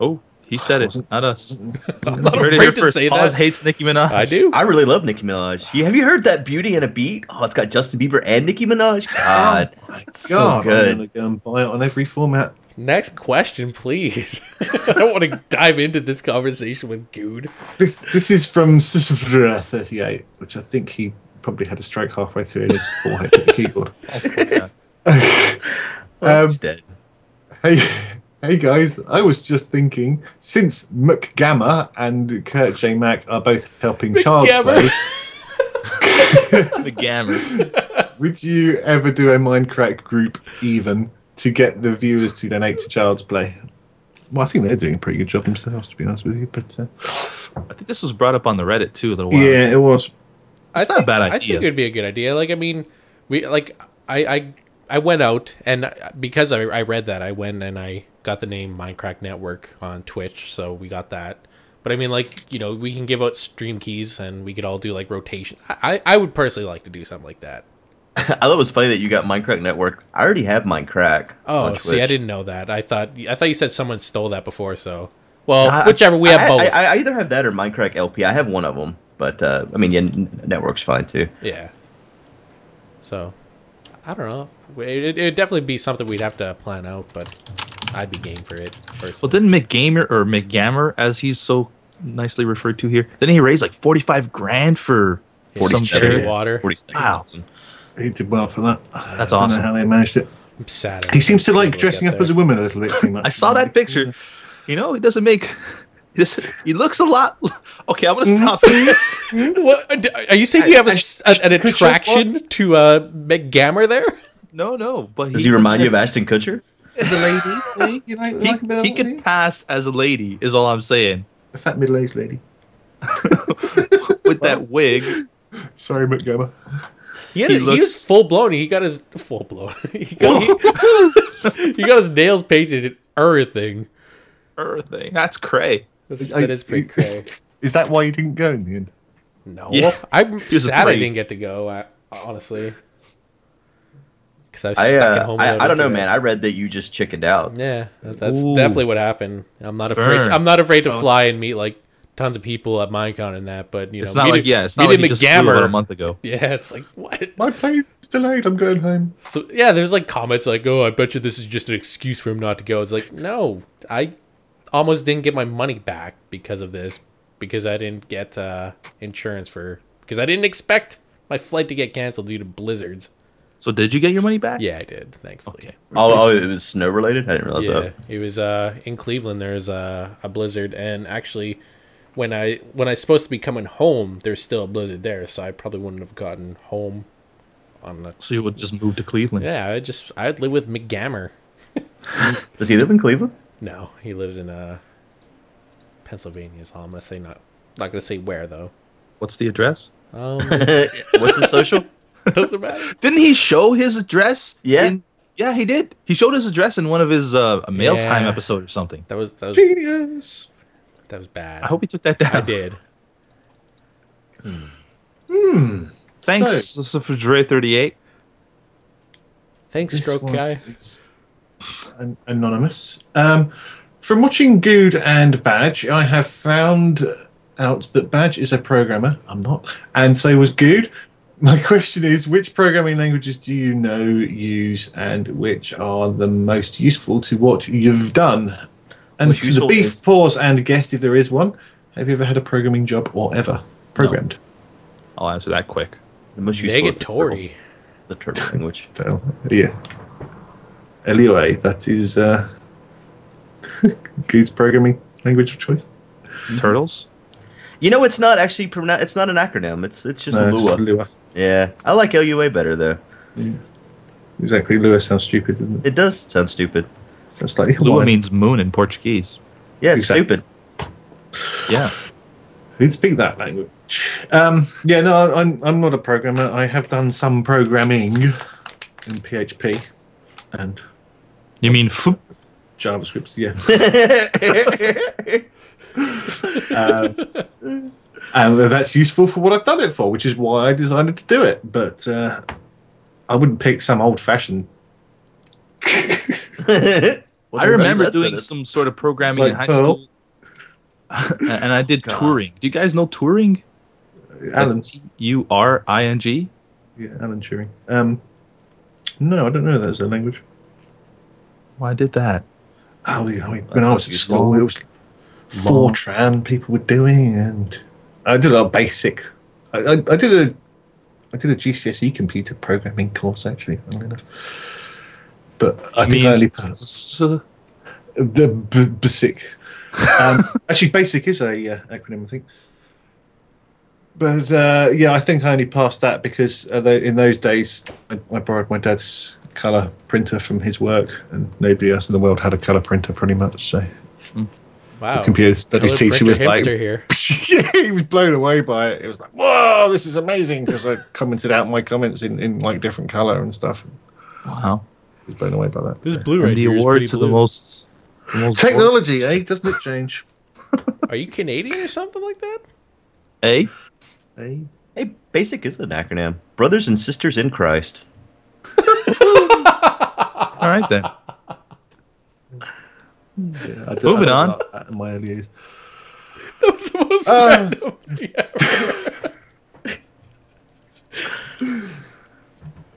[SPEAKER 2] Oh, he said it, not us.
[SPEAKER 4] i'm not
[SPEAKER 2] You heard it
[SPEAKER 4] afraid
[SPEAKER 2] here
[SPEAKER 4] to
[SPEAKER 2] first.
[SPEAKER 4] say
[SPEAKER 2] Pause
[SPEAKER 4] that
[SPEAKER 2] hates Nicki Minaj.
[SPEAKER 4] i do
[SPEAKER 1] I really love Nicki Minaj. You, have you heard that Beauty and a Beat? Oh, it's got Justin Bieber and Nicki Minaj. God, it's so
[SPEAKER 3] Oh, God, I'm
[SPEAKER 1] good.
[SPEAKER 3] gonna go and buy it on every format.
[SPEAKER 4] next question please i don't want to dive into this conversation with good
[SPEAKER 3] This this is from Sisvra thirty eight, which I think he probably had a stroke halfway through and his forehead hit the keyboard.
[SPEAKER 2] Yeah.
[SPEAKER 3] Um,
[SPEAKER 1] He's dead.
[SPEAKER 3] Hey, hey guys! I was just thinking, since McGamma and Kurt J Mac are both helping
[SPEAKER 1] Oh,
[SPEAKER 3] Charles
[SPEAKER 4] McGammer.
[SPEAKER 3] play,
[SPEAKER 2] the Gammer.
[SPEAKER 3] would you ever do a Minecraft group even to get the viewers to donate to Child's Play? Well, I think they're doing a pretty good job themselves, to be honest with you. But uh,
[SPEAKER 2] I think this was brought up on the Reddit too a little while. ago.
[SPEAKER 3] yeah, it was.
[SPEAKER 2] It's
[SPEAKER 4] I
[SPEAKER 2] not a
[SPEAKER 4] think-
[SPEAKER 2] bad
[SPEAKER 4] I
[SPEAKER 2] idea.
[SPEAKER 4] think it'd be a good idea. Like, I mean, we like I I, I went out and I- because I, I read that, I went and I got the name Minecraft Network on Twitch, so we got that. But I mean, like you know, we can give out stream keys and we could all do like rotation. I I I would personally like to do something like that.
[SPEAKER 1] I thought it was funny that you got Minecraft Network. I already have Minecraft.
[SPEAKER 4] Oh,
[SPEAKER 1] on
[SPEAKER 4] see, I
[SPEAKER 1] Twitch.
[SPEAKER 4] didn't know that. I thought I thought you said someone stole that before. So, well,
[SPEAKER 1] I-
[SPEAKER 4] whichever. We have
[SPEAKER 1] I,
[SPEAKER 4] both.
[SPEAKER 1] I, I either have that or Minecraft LP. I have one of them, but uh, I mean, yeah, n- network's fine too.
[SPEAKER 4] Yeah. So, I don't know. It would definitely be something we'd have to plan out, but I'd be game for it. Personally.
[SPEAKER 2] Well, didn't McGamer or McGammer, as he's so nicely referred to here, didn't he raise like forty-five grand for
[SPEAKER 4] Yeah,
[SPEAKER 2] some
[SPEAKER 1] 47.
[SPEAKER 2] charity?
[SPEAKER 4] charity water.
[SPEAKER 2] Wow.
[SPEAKER 3] He did well for that.
[SPEAKER 2] That's
[SPEAKER 3] I don't
[SPEAKER 2] awesome.
[SPEAKER 3] know how they managed it.
[SPEAKER 4] I'm sad.
[SPEAKER 3] He seems to
[SPEAKER 4] I'm
[SPEAKER 3] like
[SPEAKER 4] gonna
[SPEAKER 3] dressing
[SPEAKER 4] get
[SPEAKER 3] up as a
[SPEAKER 4] there.
[SPEAKER 3] woman a little bit too much.
[SPEAKER 2] I saw that picture. You know, he doesn't make. he just- He looks a lot. Okay, I'm gonna stop. here.
[SPEAKER 4] What, uh, are you saying you have a, s- an- an
[SPEAKER 3] Could you
[SPEAKER 4] attraction to uh, McGammer there?
[SPEAKER 2] No, no, but
[SPEAKER 1] Does he remind you of Ashton Kutcher?
[SPEAKER 3] The lady, you know,
[SPEAKER 2] He,
[SPEAKER 3] like a bit of
[SPEAKER 2] he
[SPEAKER 3] a
[SPEAKER 2] can
[SPEAKER 3] lady?
[SPEAKER 2] pass as a lady, is all I'm saying.
[SPEAKER 3] a fat middle-aged lady.
[SPEAKER 2] With that wig,
[SPEAKER 3] Sorry, McGamma.
[SPEAKER 4] He, had,
[SPEAKER 2] He
[SPEAKER 4] he, was
[SPEAKER 2] looks-
[SPEAKER 4] full blown. He got his full blown. He got, he- he got his nails painted and everything.
[SPEAKER 2] everything. That's cray.
[SPEAKER 4] That's,
[SPEAKER 3] I-
[SPEAKER 4] that is pretty cray.
[SPEAKER 3] Is that why you didn't go in the end?
[SPEAKER 4] No,
[SPEAKER 2] Yeah.
[SPEAKER 4] I'm
[SPEAKER 2] was
[SPEAKER 4] sad I
[SPEAKER 2] afraid.
[SPEAKER 4] didn't get to go. I, honestly, because I was
[SPEAKER 1] I,
[SPEAKER 4] stuck at
[SPEAKER 1] uh,
[SPEAKER 4] home.
[SPEAKER 1] I
[SPEAKER 4] without
[SPEAKER 1] I don't know,
[SPEAKER 4] internet.
[SPEAKER 1] man. I read that you just chickened out.
[SPEAKER 4] Yeah, that, that's
[SPEAKER 2] Ooh.
[SPEAKER 4] definitely what happened. I'm not afraid.
[SPEAKER 2] Burn.
[SPEAKER 4] I'm not afraid
[SPEAKER 2] Oh.
[SPEAKER 4] to fly and meet like tons of people at Minecon and that. But you know,
[SPEAKER 2] It's not like
[SPEAKER 4] meeting-
[SPEAKER 2] yeah, it's not like
[SPEAKER 4] meeting
[SPEAKER 2] he just flew about a
[SPEAKER 4] McGammer-
[SPEAKER 2] month ago.
[SPEAKER 4] Yeah, it's like what?
[SPEAKER 3] My plane's delayed. I'm going home.
[SPEAKER 4] So yeah, there's like comments like, "Oh, I bet you this is just an excuse for him not to go." It's like, no, I almost didn't get my money back because of this because I didn't get uh, insurance for because I didn't expect my flight to get canceled due to blizzards.
[SPEAKER 2] So did you get your money back?
[SPEAKER 4] Yeah, I did. Thankfully.
[SPEAKER 2] Okay.
[SPEAKER 1] Oh, oh, it was snow related. I didn't realize
[SPEAKER 4] yeah,
[SPEAKER 1] that.
[SPEAKER 4] it was uh, in Cleveland. There's uh, a blizzard, and actually, when I when I was supposed to be coming home, there's still a blizzard there, so I probably wouldn't have gotten home. On the
[SPEAKER 2] So you would just move to Cleveland.
[SPEAKER 4] yeah, I just I'd live with McGammer.
[SPEAKER 1] Does he live in Cleveland?
[SPEAKER 4] No, he lives in uh, Pennsylvania. So I'm gonna say not not gonna say where though.
[SPEAKER 2] What's the address?
[SPEAKER 4] Um,
[SPEAKER 1] What's his social?
[SPEAKER 4] doesn't matter.
[SPEAKER 2] Didn't he show his address?
[SPEAKER 1] Yeah.
[SPEAKER 2] in Yeah, he did. He showed his address in one of his uh, mail time
[SPEAKER 4] Yeah.
[SPEAKER 2] episode or something.
[SPEAKER 4] That was that was
[SPEAKER 3] Genius.
[SPEAKER 4] that was bad.
[SPEAKER 2] I hope he took that down.
[SPEAKER 4] I did.
[SPEAKER 2] Thanks
[SPEAKER 3] So-
[SPEAKER 2] so, for Dre thirty eight.
[SPEAKER 4] Thanks,
[SPEAKER 3] This
[SPEAKER 4] stroke
[SPEAKER 3] one
[SPEAKER 4] guy.
[SPEAKER 3] is an- anonymous. Um, from watching Good and Badge, I have found out that Badge is a programmer. I'm not, and so was Good. My question is, which programming languages do you know use, and which are the most useful to what you've done? And
[SPEAKER 1] What's
[SPEAKER 3] to the
[SPEAKER 1] useful
[SPEAKER 3] beef
[SPEAKER 1] is-
[SPEAKER 3] pause and guest, if there is one, have you ever had a programming job or ever programmed?
[SPEAKER 2] I'll answer that quick.
[SPEAKER 1] The most useful is the turtle,
[SPEAKER 4] Negatory.
[SPEAKER 1] the turtle language.
[SPEAKER 3] So yeah, LUA. That is uh, Good's programming language of choice.
[SPEAKER 4] Mm-hmm.
[SPEAKER 2] Turtles.
[SPEAKER 1] You know, it's not actually pronou- it's not an acronym. It's it's just
[SPEAKER 3] No, it's
[SPEAKER 1] Lua.
[SPEAKER 3] Lua.
[SPEAKER 1] Yeah, I like LUA better though.
[SPEAKER 3] Exactly. Lua sounds stupid, doesn't it?
[SPEAKER 1] It does sound stupid.
[SPEAKER 3] Sounds slightly
[SPEAKER 2] Lua
[SPEAKER 3] Hawaiian.
[SPEAKER 2] means moon in Portuguese.
[SPEAKER 1] Yeah, it's
[SPEAKER 3] Exactly.
[SPEAKER 1] stupid.
[SPEAKER 2] Yeah.
[SPEAKER 3] Who'd speak that language? Um, yeah, no, I- I'm I'm not a programmer. I have done some programming in PHP and
[SPEAKER 2] You mean fu-
[SPEAKER 3] JavaScript. Yeah. Um, and that's useful for what I've done it for, which is why I decided to do it. But uh, I wouldn't pick some old-fashioned
[SPEAKER 2] I remember doing some sort of programming in
[SPEAKER 3] Like
[SPEAKER 2] high
[SPEAKER 3] Perl?
[SPEAKER 2] school. and I did touring. Do you guys know touring?
[SPEAKER 3] Alan.
[SPEAKER 2] T U R I N G.
[SPEAKER 3] Yeah, Alan Turing. Um, no, I don't know that's a language.
[SPEAKER 2] Why did that?
[SPEAKER 3] Oh, yeah, I mean, when I was at
[SPEAKER 1] That's
[SPEAKER 3] school, it was Fortran people were doing, and I did a basic. I, I, I did a. I did a GCSE E computer programming course actually, funnily enough. But I think I only passed the b- basic. Um, actually, basic is a uh, acronym, I think. But uh, yeah, I think I only passed that because uh, tho- in those days I, I borrowed my dad's color printer from his work, and nobody else in the world had a color printer, pretty much. So
[SPEAKER 4] Wow.
[SPEAKER 3] the computer studies
[SPEAKER 4] Color
[SPEAKER 3] teacher
[SPEAKER 4] Oh, printer
[SPEAKER 3] was like,
[SPEAKER 4] hipster here.
[SPEAKER 3] yeah, he was blown away by it. It was like, whoa, this is amazing because I commented out my comments in, in like different color and stuff.
[SPEAKER 2] Wow.
[SPEAKER 3] He was blown away by that.
[SPEAKER 4] This blue
[SPEAKER 2] And
[SPEAKER 4] right
[SPEAKER 2] the
[SPEAKER 4] here is
[SPEAKER 2] award
[SPEAKER 4] pretty
[SPEAKER 2] to the
[SPEAKER 4] blue.
[SPEAKER 2] most. the most-
[SPEAKER 3] Technology, eh? Doesn't it change?
[SPEAKER 4] Are you Canadian or something like that?
[SPEAKER 2] Eh?
[SPEAKER 3] eh?
[SPEAKER 1] Hey, basic is an acronym. Brothers and sisters in Christ.
[SPEAKER 2] All right then.
[SPEAKER 3] Yeah, I did- I did
[SPEAKER 2] Moving on.
[SPEAKER 3] like that in my early years.
[SPEAKER 4] That was the most
[SPEAKER 3] Uh.
[SPEAKER 4] random thing ever.
[SPEAKER 3] Yeah,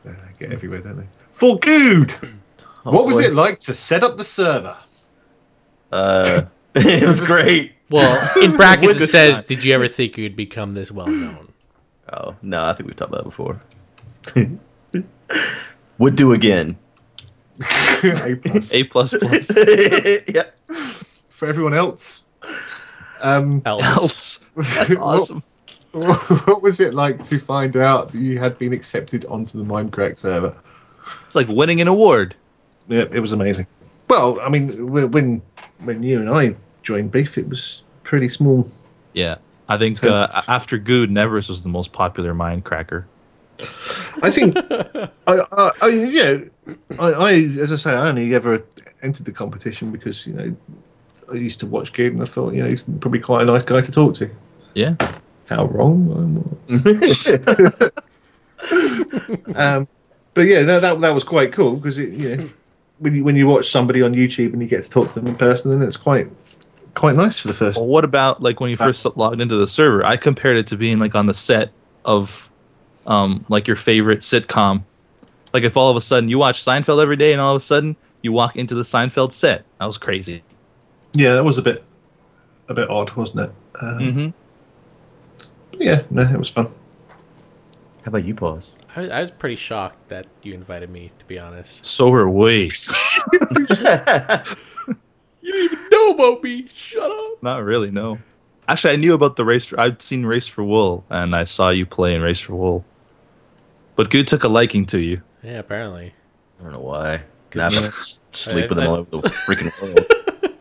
[SPEAKER 3] they Uh, get everywhere, don't they? For good. what was
[SPEAKER 1] boy.
[SPEAKER 3] it like to set up the server?
[SPEAKER 1] Uh, it was great.
[SPEAKER 4] Well, in practice it
[SPEAKER 2] With-
[SPEAKER 4] says, "Did you ever think you'd become this well known?"
[SPEAKER 1] Oh no, I think we've talked about it before. Would do again.
[SPEAKER 3] A plus.
[SPEAKER 2] A plus plus.
[SPEAKER 1] yeah.
[SPEAKER 3] For everyone else. Um,
[SPEAKER 4] Else.
[SPEAKER 2] Else.
[SPEAKER 1] That's awesome.
[SPEAKER 3] What, what was it like to find out that you had been accepted onto the Minecraft server?
[SPEAKER 2] It's like winning an award.
[SPEAKER 3] Yeah, it was amazing. Well, I mean, wh- when when you and I joined Beef, it was pretty small.
[SPEAKER 2] Yeah. I think uh, after Good, Nevers was the most popular mind cracker.
[SPEAKER 3] I think, I, I, I, you know, I, I, as I say, I only ever entered the competition because you know I used to watch Gabe and I thought, you know, he's probably quite a nice guy to talk to.
[SPEAKER 2] Yeah.
[SPEAKER 3] How wrong? I'm not. um, but yeah, that, that that was quite cool because it you know when you when you watch somebody on YouTube and you get to talk to them in person, then it's quite quite nice for the first.
[SPEAKER 2] Well, what about like when you first logged into the server? I compared it to being like on the set of um, like your favorite sitcom. Like if all of a sudden you watch Seinfeld every day and all of a sudden you walk into the Seinfeld set. That was crazy.
[SPEAKER 3] Yeah, that was a bit a bit odd, wasn't it? Um,
[SPEAKER 2] Mm-hmm.
[SPEAKER 3] but Yeah, no, it was fun.
[SPEAKER 1] How about you, pause?
[SPEAKER 4] I, was- I was pretty shocked that you invited me. To be honest,
[SPEAKER 2] So are we.
[SPEAKER 4] you didn't even know about me. Shut up.
[SPEAKER 2] Not really, no. Actually, I knew about the race. For, I'd seen Race for Wool, and I saw you play in Race for Wool. But Good took a liking to you.
[SPEAKER 4] Yeah, apparently.
[SPEAKER 1] I don't know why. Nah,
[SPEAKER 4] you-
[SPEAKER 1] I'm s- sleeping
[SPEAKER 4] I-
[SPEAKER 1] them
[SPEAKER 4] I-
[SPEAKER 1] all over the freaking world.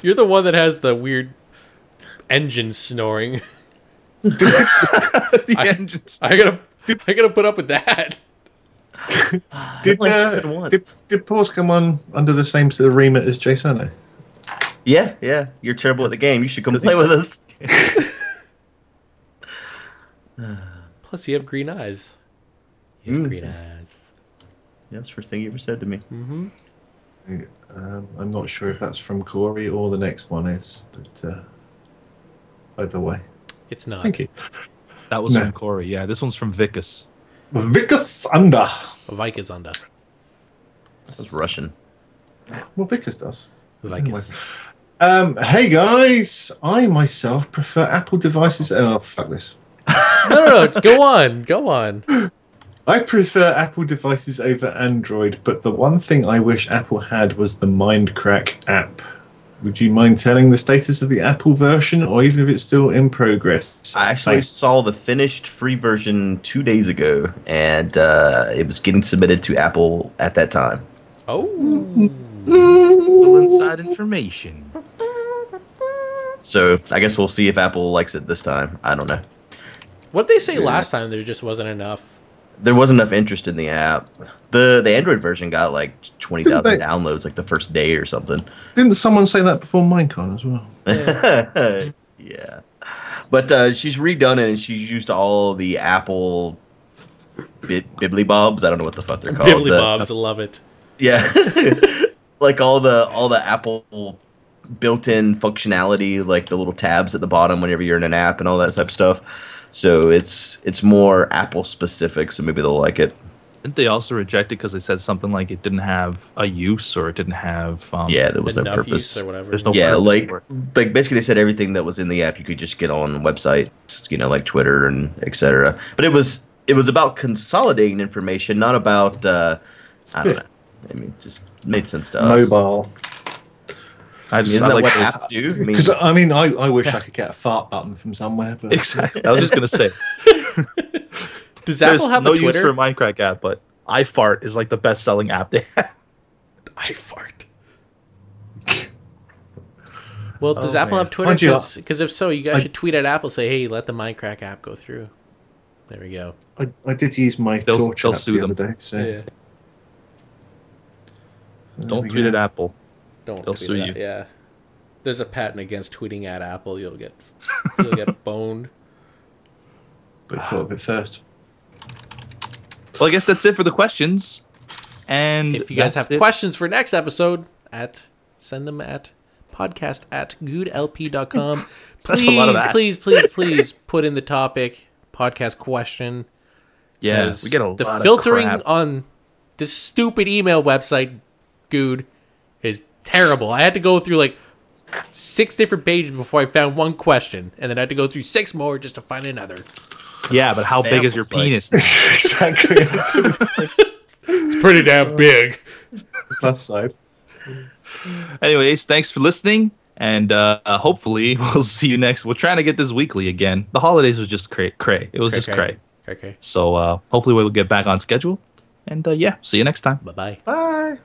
[SPEAKER 4] You're the one that has the weird engine snoring.
[SPEAKER 2] the
[SPEAKER 4] I gotta, I gotta put up with that.
[SPEAKER 3] Did,
[SPEAKER 1] Only happened
[SPEAKER 3] uh,
[SPEAKER 1] once.
[SPEAKER 3] did did Paws come on under the same sort of remit as Jay Sano?
[SPEAKER 1] Yeah, yeah. You're terrible at the game. You should come play with us.
[SPEAKER 4] Plus, you have green eyes. You have
[SPEAKER 1] Mm.
[SPEAKER 4] green eyes.
[SPEAKER 1] Yeah, That's the first thing you ever said to me.
[SPEAKER 4] Mm-hmm.
[SPEAKER 3] Um, I'm not sure if that's from Corey or the next one is, but uh, either way,
[SPEAKER 4] It's not.
[SPEAKER 3] thank you.
[SPEAKER 2] That was
[SPEAKER 3] No.
[SPEAKER 2] from Corey. Yeah, this one's from Vicus.
[SPEAKER 3] Vicar Thunder.
[SPEAKER 4] Vike is under.
[SPEAKER 1] That's Russian.
[SPEAKER 3] Well, Vickers does.
[SPEAKER 4] Vike is-
[SPEAKER 3] Um, hey guys, I myself prefer Apple devices. Oh, fuck this.
[SPEAKER 4] No, no, no. Go on. Go on.
[SPEAKER 3] I prefer Apple devices over Android, but the one thing I wish Apple had was the Mindcrack app. Would you mind telling the status of the Apple version, or even if it's still in progress?
[SPEAKER 1] I actually
[SPEAKER 3] Thanks.
[SPEAKER 1] saw the finished free version two days ago, and uh, it was getting submitted to Apple at that time.
[SPEAKER 4] Oh.
[SPEAKER 2] Little inside information.
[SPEAKER 1] So I guess we'll see if Apple likes it this time. I don't know.
[SPEAKER 4] What did they say last time? There just wasn't enough.
[SPEAKER 1] There wasn't enough interest in the app. the The Android version got like twenty thousand
[SPEAKER 3] Didn't they-
[SPEAKER 1] downloads like the first day or something.
[SPEAKER 3] Didn't someone say that before Minecon as well?
[SPEAKER 1] yeah. But uh, she's redone it and she's used all the Apple bi- bibbly bobs. I don't know what the fuck they're called.
[SPEAKER 4] Bibbly
[SPEAKER 1] The-
[SPEAKER 4] Bobs, I love it.
[SPEAKER 1] yeah. like all the all the Apple built-in functionality, like the little tabs at the bottom whenever you're in an app and all that type of stuff. So it's it's more Apple specific, so maybe they'll like it.
[SPEAKER 2] Didn't they also reject it because they said something like it didn't have a use or it didn't have? Um,
[SPEAKER 1] Yeah, there was no
[SPEAKER 4] Enough
[SPEAKER 1] purpose.
[SPEAKER 4] use or whatever.
[SPEAKER 2] There's no-
[SPEAKER 1] yeah,
[SPEAKER 2] purpose
[SPEAKER 1] like
[SPEAKER 2] for it.
[SPEAKER 1] like basically they said everything that was in the app you could just get on websites, you know, like Twitter and etc. But it was it was about consolidating information, not about uh, I don't know. I mean, just made sense to us.
[SPEAKER 3] Mobile.
[SPEAKER 2] I
[SPEAKER 1] I mean,
[SPEAKER 2] just
[SPEAKER 1] isn't
[SPEAKER 2] I
[SPEAKER 1] that
[SPEAKER 2] like
[SPEAKER 1] what
[SPEAKER 2] the-
[SPEAKER 1] apps do? I mean,
[SPEAKER 3] Because I mean, I, I wish I could get a fart button from somewhere, but
[SPEAKER 2] exactly. I was just gonna say
[SPEAKER 4] Does
[SPEAKER 2] there's
[SPEAKER 4] Apple have
[SPEAKER 2] no
[SPEAKER 4] a
[SPEAKER 2] use
[SPEAKER 4] Twitter?
[SPEAKER 2] for a Minecraft app, but iFart is like the best-selling app they have.
[SPEAKER 4] I fart. Well, does
[SPEAKER 2] Oh,
[SPEAKER 4] Apple
[SPEAKER 2] man.
[SPEAKER 4] have Twitter?
[SPEAKER 3] Mind you,
[SPEAKER 4] Because if so, you guys
[SPEAKER 3] I-
[SPEAKER 4] should tweet at Apple. Say, hey, let the Minecraft app go through. There we go.
[SPEAKER 3] I, I did use my
[SPEAKER 2] They'll-
[SPEAKER 3] torch
[SPEAKER 2] they'll
[SPEAKER 3] app
[SPEAKER 2] sue
[SPEAKER 3] the
[SPEAKER 2] them.
[SPEAKER 3] other day. So
[SPEAKER 4] Yeah.
[SPEAKER 3] there we
[SPEAKER 2] Don't tweet
[SPEAKER 3] go.
[SPEAKER 2] at Apple.
[SPEAKER 4] Don't
[SPEAKER 2] They'll
[SPEAKER 4] tweet
[SPEAKER 2] sue
[SPEAKER 4] it out.
[SPEAKER 2] you.
[SPEAKER 4] Yeah. There's a patent against tweeting at Apple. You'll get you'll get boned.
[SPEAKER 3] But I thought of it first.
[SPEAKER 2] Well, I guess that's it for the questions. And
[SPEAKER 4] If you guys
[SPEAKER 2] that's
[SPEAKER 4] have
[SPEAKER 2] it.
[SPEAKER 4] questions for next episode, at send them at podcast at goodlp.com.
[SPEAKER 2] That's
[SPEAKER 4] Please,
[SPEAKER 2] a lot of that.
[SPEAKER 4] please, please, please put in the topic podcast question.
[SPEAKER 2] yeah,
[SPEAKER 4] 'cause
[SPEAKER 2] we get a
[SPEAKER 4] the
[SPEAKER 2] lot of
[SPEAKER 4] filtering
[SPEAKER 2] crap.
[SPEAKER 4] on this stupid email website, Good, is terrible. I had to go through like six different pages before I found one question, and then I had to go through six more just to find another.
[SPEAKER 2] yeah, but how big is your
[SPEAKER 1] Spam was like-
[SPEAKER 2] penis?
[SPEAKER 3] exactly.
[SPEAKER 4] It's pretty damn big.
[SPEAKER 3] Plus side.
[SPEAKER 2] Anyways, thanks for listening, and uh, uh, hopefully we'll see you next. We're trying to get this weekly again. The holidays was just cray, cray. It was just cray.
[SPEAKER 4] Okay.
[SPEAKER 2] So uh, hopefully we'll get back on schedule, and uh, yeah, see you next time.
[SPEAKER 4] Bye bye.
[SPEAKER 1] Bye.